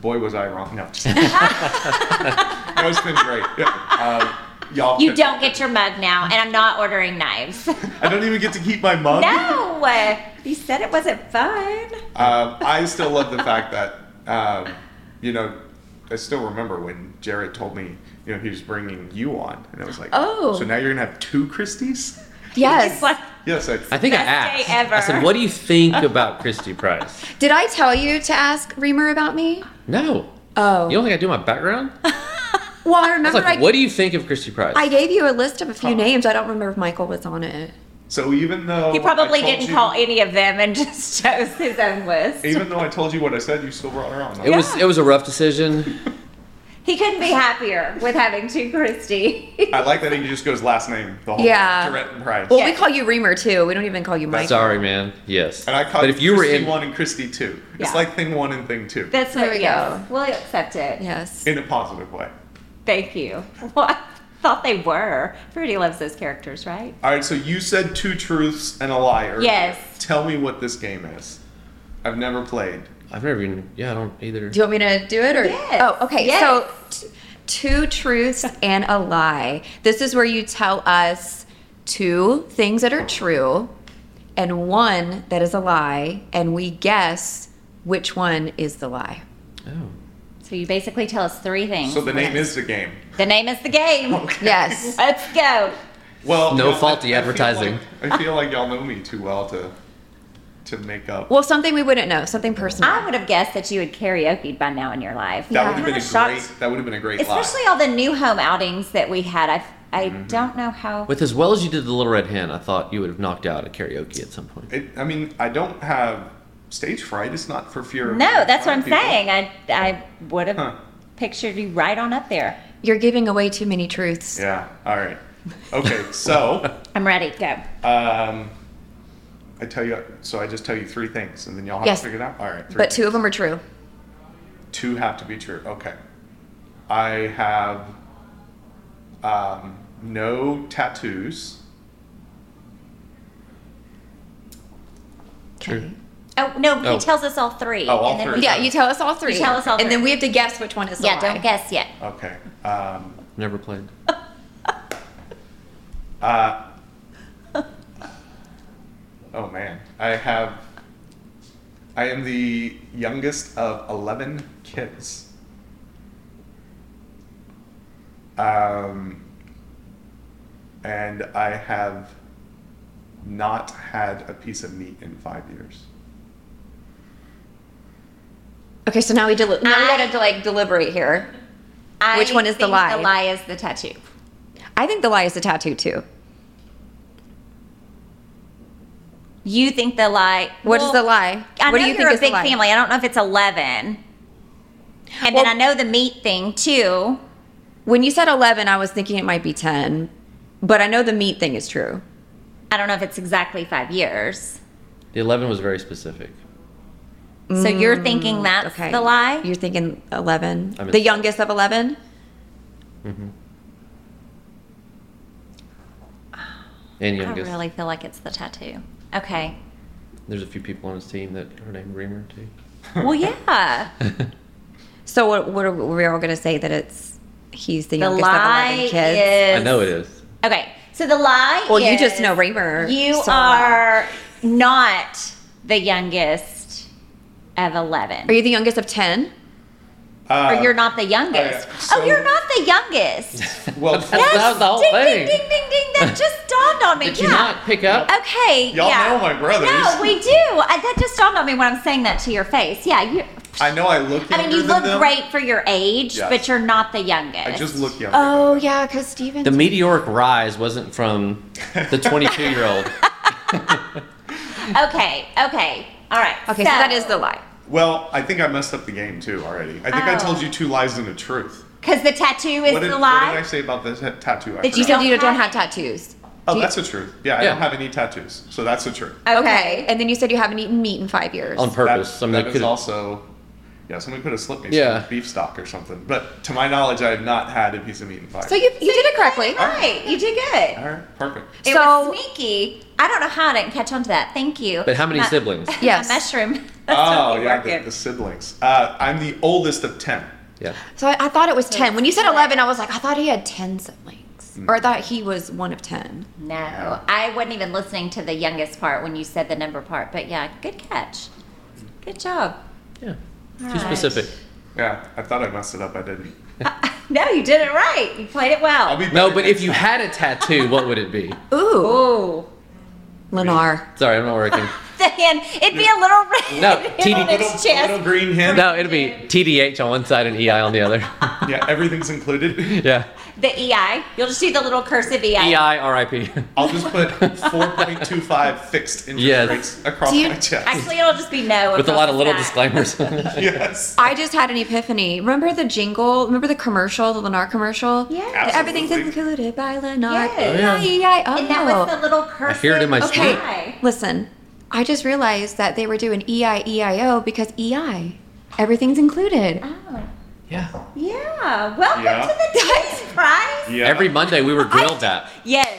Speaker 3: boy, was I wrong. No, I'm just- no it's been great. Yeah, uh, y'all,
Speaker 1: You
Speaker 3: fit-
Speaker 1: don't get your mug now, and I'm not ordering knives.
Speaker 3: I don't even get to keep my mug.
Speaker 1: no, you said it wasn't fun.
Speaker 3: Um, I still love the fact that, um, you know, I still remember when Jared told me, you know, he was bringing you on, and I was like,
Speaker 2: Oh.
Speaker 3: so now you're gonna have two Christies?
Speaker 1: It's
Speaker 2: Yes.
Speaker 1: like,
Speaker 3: Yes, I,
Speaker 4: I think I
Speaker 1: Best day
Speaker 4: asked.
Speaker 1: ever.
Speaker 4: I said, "What do you think about Christy Price?"
Speaker 2: Did I tell you to ask Reamer about me?
Speaker 4: No.
Speaker 2: Oh.
Speaker 4: You don't think I do my background? I
Speaker 2: well, I
Speaker 4: was
Speaker 2: remember
Speaker 4: like,
Speaker 2: I,
Speaker 4: "What do you Oh. think of Christy Price?"
Speaker 2: I gave you a list of a few
Speaker 3: Huh.
Speaker 2: names. I don't remember if Michael was on it.
Speaker 3: so even though
Speaker 1: he
Speaker 3: I
Speaker 1: probably
Speaker 3: told
Speaker 1: didn't
Speaker 3: you-
Speaker 1: call any of them and just chose his own list.
Speaker 3: Even though I told you what I said, you still brought her on.
Speaker 4: it was
Speaker 1: Yeah.
Speaker 4: it was a rough decision.
Speaker 1: He couldn't be happier with having two Christie.
Speaker 3: I like that he just goes last name the whole
Speaker 2: Yeah.
Speaker 3: Jarrett and Price.
Speaker 2: Well, we
Speaker 1: Yeah.
Speaker 2: call you Reamer too. We don't even call you Michael.
Speaker 4: Sorry, man. Yes.
Speaker 3: And I caught
Speaker 4: but if you were
Speaker 3: Christy
Speaker 4: in,
Speaker 3: one and Christy two.
Speaker 1: Yeah.
Speaker 3: It's like thing one and thing two.
Speaker 1: That's
Speaker 2: There
Speaker 1: what
Speaker 2: we
Speaker 1: yes,
Speaker 2: go.
Speaker 1: We'll accept it.
Speaker 2: Yes.
Speaker 3: in a positive way.
Speaker 1: Thank you. Well, I thought they were. Everybody loves those characters, right?
Speaker 3: All right, so you said two truths and a lie. earlier.
Speaker 1: Yes.
Speaker 3: Tell me what this game is. I've never played.
Speaker 4: I've never even. Yeah, I don't either.
Speaker 2: Do you want me to do it or?
Speaker 1: Yes.
Speaker 2: Oh, okay.
Speaker 1: Yes.
Speaker 2: So, t- two truths and a lie. This is where you tell us two things that are true and one that is a lie, and we guess which one is the lie.
Speaker 4: Oh.
Speaker 1: So you basically tell us three things.
Speaker 3: So the name is the game.
Speaker 1: The name is the game.
Speaker 2: Yes.
Speaker 1: Let's go.
Speaker 3: Well,
Speaker 4: No
Speaker 3: you know,
Speaker 4: faulty
Speaker 3: I- I feel
Speaker 4: advertising.
Speaker 3: like- I feel like y'all know me too well to to make up.
Speaker 2: Well, something we wouldn't know, something personal.
Speaker 1: I would have guessed that you had karaoke by now in your life.
Speaker 3: that
Speaker 2: yeah.
Speaker 3: would have been a
Speaker 1: I'm shocked.
Speaker 3: great. That would have been a great
Speaker 1: Especially
Speaker 3: lie.
Speaker 1: all the new home outings that we had. I, I
Speaker 3: Mm-hmm.
Speaker 1: don't know how.
Speaker 4: With as well as you did the Little Red Hen, I thought you would have knocked out a karaoke at some point.
Speaker 3: It, I mean, I don't have stage fright. It's not for fear. of
Speaker 1: no, that's what I'm
Speaker 3: people.
Speaker 1: saying. I, I would have
Speaker 3: Huh.
Speaker 1: pictured you right on up there.
Speaker 2: You're giving away too many truths.
Speaker 3: Yeah. All right. Okay. So.
Speaker 1: I'm ready. Go.
Speaker 3: Um, I tell you, so I just tell you three things, and then y'all have
Speaker 2: Yes.
Speaker 3: to figure it out. All right, three
Speaker 2: But two
Speaker 3: things.
Speaker 2: of them are true.
Speaker 3: two have to be true. Okay. I have um, no tattoos.
Speaker 4: True.
Speaker 1: Oh, no, he
Speaker 4: Oh.
Speaker 1: tells us all three.
Speaker 3: Oh, all
Speaker 1: and then
Speaker 3: three.
Speaker 1: we-
Speaker 2: Yeah, you tell us all three.
Speaker 1: You tell us all
Speaker 2: And then
Speaker 1: three.
Speaker 2: we have to guess which one is the
Speaker 1: Yeah,
Speaker 2: lie.
Speaker 1: don't guess yet.
Speaker 3: Okay. Um,
Speaker 4: Never played.
Speaker 3: uh, oh man, I have. I am the youngest of eleven kids. Um, and I have not had a piece of meat in five years.
Speaker 2: Okay, so now we deli- now we
Speaker 1: I-
Speaker 2: gotta like deliberate here.
Speaker 1: I
Speaker 2: Which one is the
Speaker 1: think
Speaker 2: lie?
Speaker 1: The lie is the tattoo.
Speaker 2: I think the lie is the tattoo too.
Speaker 1: You think the lie?
Speaker 2: What is
Speaker 1: Well,
Speaker 2: the lie?
Speaker 1: I
Speaker 2: what
Speaker 1: know
Speaker 2: do you
Speaker 1: you're
Speaker 2: think
Speaker 1: a
Speaker 2: is the
Speaker 1: big
Speaker 2: lie?
Speaker 1: family. I don't know if it's eleven. And
Speaker 2: Well-
Speaker 1: then I know the meat thing too.
Speaker 2: When you said eleven, I was thinking it might be ten, but I know the meat thing is true.
Speaker 1: I don't know if it's exactly five years.
Speaker 4: The 11 was very specific.
Speaker 1: So you're thinking that's
Speaker 2: Mm, Okay,
Speaker 1: the lie?
Speaker 2: You're thinking eleven,
Speaker 4: I'm
Speaker 2: the
Speaker 4: in-
Speaker 2: youngest of eleven.
Speaker 4: And
Speaker 1: I
Speaker 4: youngest.
Speaker 1: really feel like it's the tattoo. Okay.
Speaker 4: There's a few people on his team that are named Reamer, too.
Speaker 1: Well, yeah.
Speaker 2: So what? What are we all gonna say that it's he's the
Speaker 1: the
Speaker 2: youngest of
Speaker 1: lie
Speaker 2: eleven kids?
Speaker 1: is.
Speaker 4: I know it is.
Speaker 1: Okay. So the lie.
Speaker 2: Well, you
Speaker 1: is
Speaker 2: just know Reamer.
Speaker 1: You
Speaker 2: so-
Speaker 1: are not the youngest of eleven.
Speaker 2: Are you the youngest of ten?
Speaker 3: Uh,
Speaker 1: or you're not the youngest.
Speaker 3: uh,
Speaker 1: oh,
Speaker 3: so-
Speaker 1: you're not the youngest.
Speaker 3: Uh, Well,
Speaker 4: that's,
Speaker 3: Yes,
Speaker 4: that was the whole
Speaker 1: ding, Ding,
Speaker 4: thing.
Speaker 1: ding, ding, ding. That just dawned on me.
Speaker 4: Did
Speaker 1: yeah.
Speaker 4: you not pick up?
Speaker 1: Okay.
Speaker 3: Y'all
Speaker 1: yeah.
Speaker 3: know my brothers.
Speaker 1: No, we do. I, that just dawned on me when I'm saying that to your face. Yeah. You,
Speaker 3: I know I look.
Speaker 1: I mean, you
Speaker 3: younger
Speaker 1: look
Speaker 3: than them.
Speaker 1: great for your age,
Speaker 3: Yes.
Speaker 1: but you're not the youngest.
Speaker 3: I just look younger.
Speaker 2: Oh
Speaker 3: than them.
Speaker 2: yeah, because Steven.
Speaker 4: The meteoric rise wasn't from the 22 year old.
Speaker 1: Okay. Okay. All right.
Speaker 2: Okay, so that is the lie.
Speaker 3: Well, I think I messed up the game too already. I think I
Speaker 1: Oh.
Speaker 3: told you two lies and a truth.
Speaker 1: Because the tattoo is
Speaker 3: what, did,
Speaker 1: the
Speaker 3: what did I
Speaker 1: lie.
Speaker 3: say about the t- tattoo? I
Speaker 1: That you
Speaker 2: You
Speaker 3: forgot.
Speaker 2: said you
Speaker 1: Don't
Speaker 2: don't have
Speaker 1: have-
Speaker 2: tattoos.
Speaker 3: Oh, that's the truth. Yeah, I
Speaker 4: Yeah.
Speaker 3: don't have any tattoos, so that's the truth.
Speaker 2: Okay. And then you said you haven't eaten meat in five years.
Speaker 4: On purpose.
Speaker 3: That,
Speaker 4: I mean,
Speaker 3: that
Speaker 4: they
Speaker 3: is
Speaker 4: could've-
Speaker 3: also. Yeah, somebody could have slipped me
Speaker 4: Yeah.
Speaker 3: some beef stock or something. But to my knowledge, I have not had a piece of meat in five.
Speaker 2: so you, you did it correctly.
Speaker 1: All right. You did
Speaker 3: All
Speaker 1: good.
Speaker 3: right, perfect.
Speaker 1: It
Speaker 2: So-
Speaker 1: was sneaky. I don't know how I didn't catch on to that. Thank you.
Speaker 4: But how many
Speaker 1: My-
Speaker 4: siblings?
Speaker 2: Yes.
Speaker 1: my mushroom.
Speaker 3: oh
Speaker 1: That's
Speaker 3: yeah,
Speaker 1: working.
Speaker 3: the, the siblings. Uh, I'm the oldest of ten.
Speaker 4: Yeah.
Speaker 2: So I, I thought it was 10. When you said 11, I was like, I thought he had 10 siblings.
Speaker 3: Hmm.
Speaker 2: Or I thought he was one of 10.
Speaker 1: No, I wasn't even listening to the youngest part when you said the number part. But yeah, good catch. Good job.
Speaker 4: Yeah. Too
Speaker 1: Alright.
Speaker 4: specific.
Speaker 3: Yeah, I thought I messed it up. I didn't.
Speaker 1: No, you did it right. You played it well.
Speaker 3: I'll be
Speaker 4: No,
Speaker 3: better
Speaker 4: but
Speaker 3: next
Speaker 4: if you
Speaker 3: time.
Speaker 4: had a tattoo, what would it be?
Speaker 2: Ooh.
Speaker 1: Ooh.
Speaker 2: Lenar.
Speaker 4: Sorry, I'm not working.
Speaker 1: Then it'd be a little red
Speaker 4: No,
Speaker 1: on
Speaker 4: TD
Speaker 1: its
Speaker 3: little,
Speaker 1: chest.
Speaker 3: little green hen.
Speaker 4: No, it'd be TDH on one side and EI on the other.
Speaker 3: Yeah, everything's included.
Speaker 4: Yeah.
Speaker 1: The EI. You'll just see the little cursive E EI.
Speaker 4: EI RIP.
Speaker 3: I'll just put 4.25 fixed interest
Speaker 4: Yes.
Speaker 3: rates across
Speaker 2: Do you-
Speaker 3: my chest.
Speaker 1: Actually, it'll just be no.
Speaker 4: With a lot of little
Speaker 1: across the
Speaker 4: disclaimers.
Speaker 3: yes.
Speaker 2: I just had an epiphany. Remember the jingle? Remember the commercial, the Lenar commercial?
Speaker 1: Yeah.
Speaker 2: The Everything's
Speaker 3: Absolutely.
Speaker 2: included by Lenar.
Speaker 1: Yes. Oh,
Speaker 4: yeah.
Speaker 2: Yay, yay, oh,
Speaker 1: back. And that was the little cursive. E
Speaker 4: hear it in my
Speaker 2: Okay,
Speaker 4: sleep.
Speaker 1: EI.
Speaker 2: listen. I just realized that they were doing E EIEIO because EI. Everything's included.
Speaker 1: Oh,
Speaker 4: yeah.
Speaker 1: yeah. Welcome
Speaker 3: Yeah.
Speaker 1: to the Dice Prize.
Speaker 3: Yeah.
Speaker 4: Every Monday we were grilled that.
Speaker 1: Yes.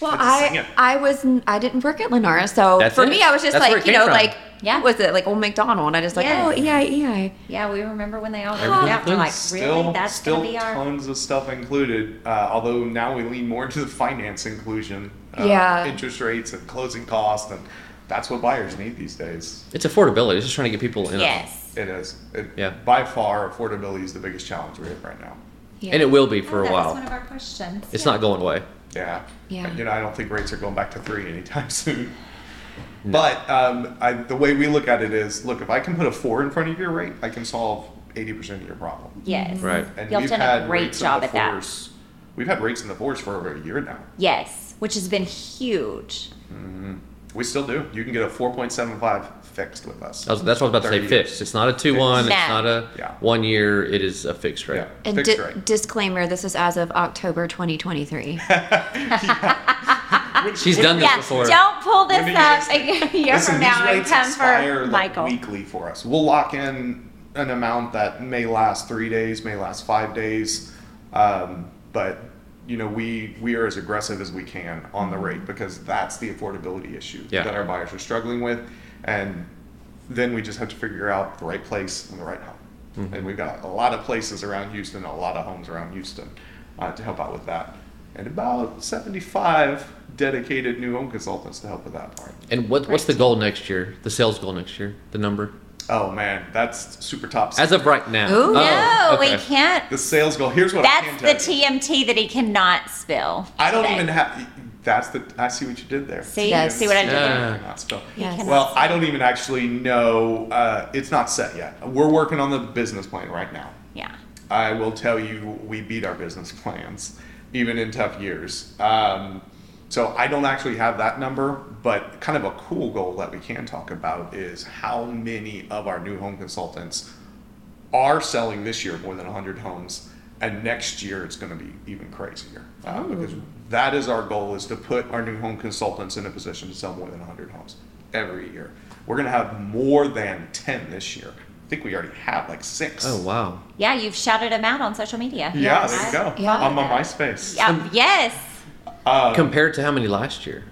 Speaker 2: Well,
Speaker 3: Had to sing
Speaker 2: I
Speaker 3: it.
Speaker 2: I was I didn't work at Lenara, so
Speaker 4: That's
Speaker 2: for
Speaker 4: it.
Speaker 2: me I was just
Speaker 4: That's where
Speaker 2: like
Speaker 4: it came
Speaker 2: you know
Speaker 4: from.
Speaker 2: like
Speaker 1: Yeah.
Speaker 2: was it like old McDonald? And I just like
Speaker 1: Yes.
Speaker 2: oh EI EI.
Speaker 1: Yeah, we remember when they all
Speaker 4: Everything
Speaker 1: called out. We're like,
Speaker 4: includes
Speaker 1: really?
Speaker 3: Still,
Speaker 1: That's
Speaker 3: still
Speaker 1: going to be our.
Speaker 3: tons of stuff included. Uh, although now we lean more into the finance inclusion. Uh,
Speaker 2: Yeah.
Speaker 3: Interest rates and closing costs, and that's what buyers need these days.
Speaker 4: It's affordability. It's just trying to get people in. on it.
Speaker 1: Yes.
Speaker 3: It is. It,
Speaker 4: Yeah.
Speaker 3: By far, affordability is the biggest challenge we have right now.
Speaker 4: And it will be
Speaker 1: Oh,
Speaker 4: for a
Speaker 1: that was
Speaker 4: while.
Speaker 1: one of our questions.
Speaker 4: It's
Speaker 1: Yeah.
Speaker 4: not going away.
Speaker 3: Yeah.
Speaker 2: Yeah.
Speaker 3: You know, I don't think rates are going back to three anytime soon. But um, I, the way we look at it is, look, if I can put a four in front of your rate, I can solve eighty percent of your problem.
Speaker 1: Yes.
Speaker 4: Right.
Speaker 3: And
Speaker 1: Y'all
Speaker 3: we've
Speaker 1: done a
Speaker 3: had
Speaker 1: great
Speaker 3: rates in
Speaker 1: job
Speaker 3: the
Speaker 1: at that.
Speaker 3: fours- We've had rates in the fours for over a year now.
Speaker 1: Yes, which has been huge.
Speaker 3: We still do. You can get a four point seven five fixed with us.
Speaker 4: I was- that's what I was about to
Speaker 3: 30.
Speaker 4: say. Fixed. It's not a two-one.
Speaker 1: Fixed.
Speaker 4: It's
Speaker 1: No.
Speaker 4: not a
Speaker 3: Yeah.
Speaker 4: one-year. It is a fixed rate.
Speaker 3: Yeah.
Speaker 2: And
Speaker 3: fixed
Speaker 2: di-
Speaker 3: rate.
Speaker 2: disclaimer: this is as of October 2023.
Speaker 3: Which-
Speaker 4: She's
Speaker 3: which-
Speaker 4: done this
Speaker 1: Yeah,
Speaker 4: before.
Speaker 1: don't pull
Speaker 3: When do
Speaker 1: this
Speaker 3: you
Speaker 1: up
Speaker 3: guys
Speaker 1: a year
Speaker 3: Listen,
Speaker 1: from
Speaker 3: these
Speaker 1: now and
Speaker 3: rates
Speaker 1: come
Speaker 3: expire,
Speaker 1: for
Speaker 3: like,
Speaker 1: Michael.
Speaker 3: weekly for us. We'll lock in an amount that may last three days, may last five days, um, but you know we we are as aggressive as we can on the rate because that's the affordability issue
Speaker 4: Yeah.
Speaker 3: that our buyers are struggling with, and then we just have to figure out the right place and the right home,
Speaker 4: Mm-hmm.
Speaker 3: and we've got a lot of places around Houston, a lot of homes around Houston uh, to help out with that, and about seventy five dedicated new home consultants to help with that part.
Speaker 4: And what, what's the goal next year? The sales goal next year? The number?
Speaker 3: Oh man, that's super top.
Speaker 4: As of right now. Oh,
Speaker 2: Ooh.
Speaker 1: No,
Speaker 4: okay.
Speaker 1: we can't.
Speaker 3: the sales goal. Here's what I can
Speaker 1: That's
Speaker 3: tell
Speaker 1: the
Speaker 3: you.
Speaker 1: TMT that he cannot spill.
Speaker 3: I don't
Speaker 1: today.
Speaker 3: even have. That's the. I see what you did there.
Speaker 1: See?
Speaker 2: Yes.
Speaker 1: See what I did there?
Speaker 4: Yeah.
Speaker 3: Not spelled.
Speaker 2: Yes.
Speaker 1: cannot
Speaker 3: Well, I don't even actually know. Uh, it's not set yet. We're working on the business plan right now.
Speaker 1: Yeah.
Speaker 3: I will tell you, we beat our business plans, even in tough years. Um, so I don't actually have that number, but kind of a cool goal that we can talk about is how many of our new home consultants are selling this year more than 100 homes, and next year it's going to be even crazier uh, because that is our goal is to put our new home consultants in a position to sell more than 100 homes every year. We're going to have more than 10 this year. I think we already have like six.
Speaker 4: Oh, wow.
Speaker 1: Yeah, you've shouted him out on social media.
Speaker 3: Yeah,
Speaker 1: Yes.
Speaker 3: there you go. Um,
Speaker 2: Yeah.
Speaker 3: I'm on MySpace.
Speaker 1: Yeah, yes.
Speaker 4: Compared to how many last year?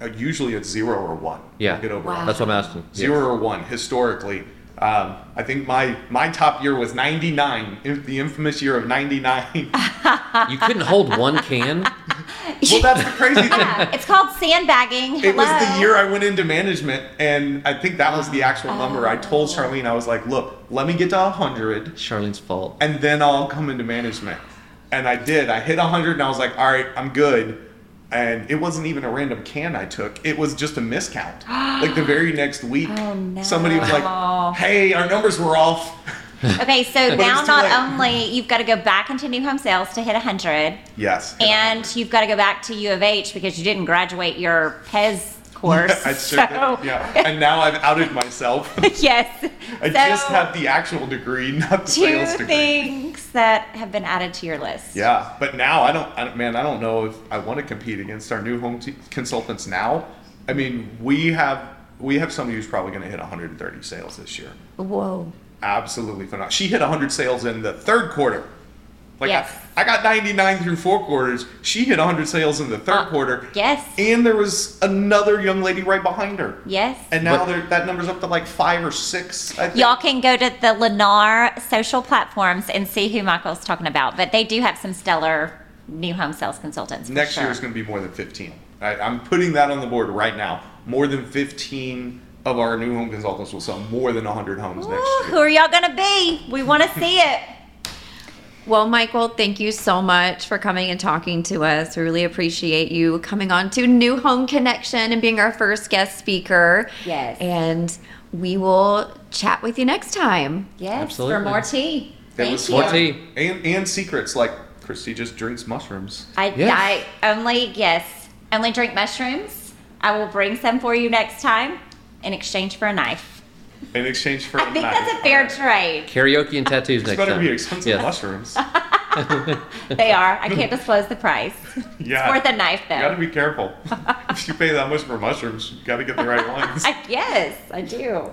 Speaker 3: Uh, Usually it's zero or one.
Speaker 4: Yeah.
Speaker 3: We'll Get over
Speaker 2: Wow.
Speaker 3: it.
Speaker 4: That's what I'm asking. Yes.
Speaker 3: Zero or one historically. Um, I think my my top year was '99, in- the infamous year of '99.
Speaker 4: You couldn't hold one can?
Speaker 3: well, that's the crazy thing.
Speaker 1: Yeah, it's called sandbagging.
Speaker 3: It was the
Speaker 1: Hello.
Speaker 3: year I went into management, and I think that was the actual number. I told Charlene, I was like, "Look, let me get to 100,
Speaker 4: Charlene's fault.
Speaker 3: and then I'll come into management." And I did. I hit 100, and I was like, "All right, I'm good." And it wasn't even a random can I took. It was just a miscount. like the very next week,
Speaker 1: Oh, no.
Speaker 3: somebody was like, "Hey, our numbers were off."
Speaker 1: Okay, so
Speaker 3: But it
Speaker 1: now
Speaker 3: was too
Speaker 1: not
Speaker 3: late.
Speaker 1: only you've got to go back into new home sales to hit 100,
Speaker 3: Yes.
Speaker 1: and you've got to go back to U of H because you didn't graduate your PES course.
Speaker 3: I sure
Speaker 1: so,
Speaker 3: did. Yeah. And now I've outed myself.
Speaker 1: yes.
Speaker 3: I
Speaker 1: so
Speaker 3: just have the actual degree, not the
Speaker 1: two
Speaker 3: sales degree.
Speaker 1: things that have been added to your list.
Speaker 3: Yeah, but now I don't, I don't. Man, I don't know if I want to compete against our new home te- consultants now. I mean, we have we have somebody who's probably going to hit 130 sales this year.
Speaker 2: Whoa.
Speaker 3: Absolutely phenomenal. She hit 100 sales in the third quarter. Like I-
Speaker 1: Yes.
Speaker 3: I, got 99 through four quarters. She hit 100 sales in the third
Speaker 1: Uh,
Speaker 3: quarter.
Speaker 1: yes.
Speaker 3: And there was another young lady right behind her.
Speaker 1: Yes.
Speaker 3: And now
Speaker 4: But-
Speaker 3: they're that number's up to like five or six. I think.
Speaker 1: Y'all can go to the Lennar social platforms and see who Michael's talking about, but they do have some stellar new home sales consultants. for
Speaker 3: Next
Speaker 1: sure.
Speaker 3: year is going to be more than 15. I, I'm putting that on the board right now. More than 15 of our new home consultants will sell more than 100 homes
Speaker 1: Ooh,
Speaker 3: next
Speaker 1: who
Speaker 3: year.
Speaker 1: are y'all going to be? We want to see it.
Speaker 2: Well, Michael, thank you so much for coming and talking to us. We really appreciate you coming on to New Home Connection and being our first guest speaker.
Speaker 1: Yes.
Speaker 2: And we will chat with you next time.
Speaker 1: Yes,
Speaker 4: Absolutely.
Speaker 1: for more tea.
Speaker 3: It
Speaker 1: Thank
Speaker 3: was
Speaker 1: you.
Speaker 4: More tea.
Speaker 3: And, and secrets like Christy just drinks mushrooms.
Speaker 1: I,
Speaker 4: Yes.
Speaker 1: I only yes, only drink mushrooms. I will bring some for you next time in exchange for a knife.
Speaker 3: in exchange for.
Speaker 1: I think that's a fair trade.
Speaker 4: Karaoke and tattoos
Speaker 3: It's
Speaker 4: next
Speaker 3: better
Speaker 4: time.
Speaker 3: be expensive
Speaker 4: Yes.
Speaker 3: mushrooms.
Speaker 1: They are. I can't disclose the price. It's
Speaker 3: Yeah.
Speaker 1: worth a knife
Speaker 3: You got
Speaker 1: though.
Speaker 3: to be careful. if you pay that much for mushrooms, you got to get the right ones.
Speaker 1: I, yes, I do.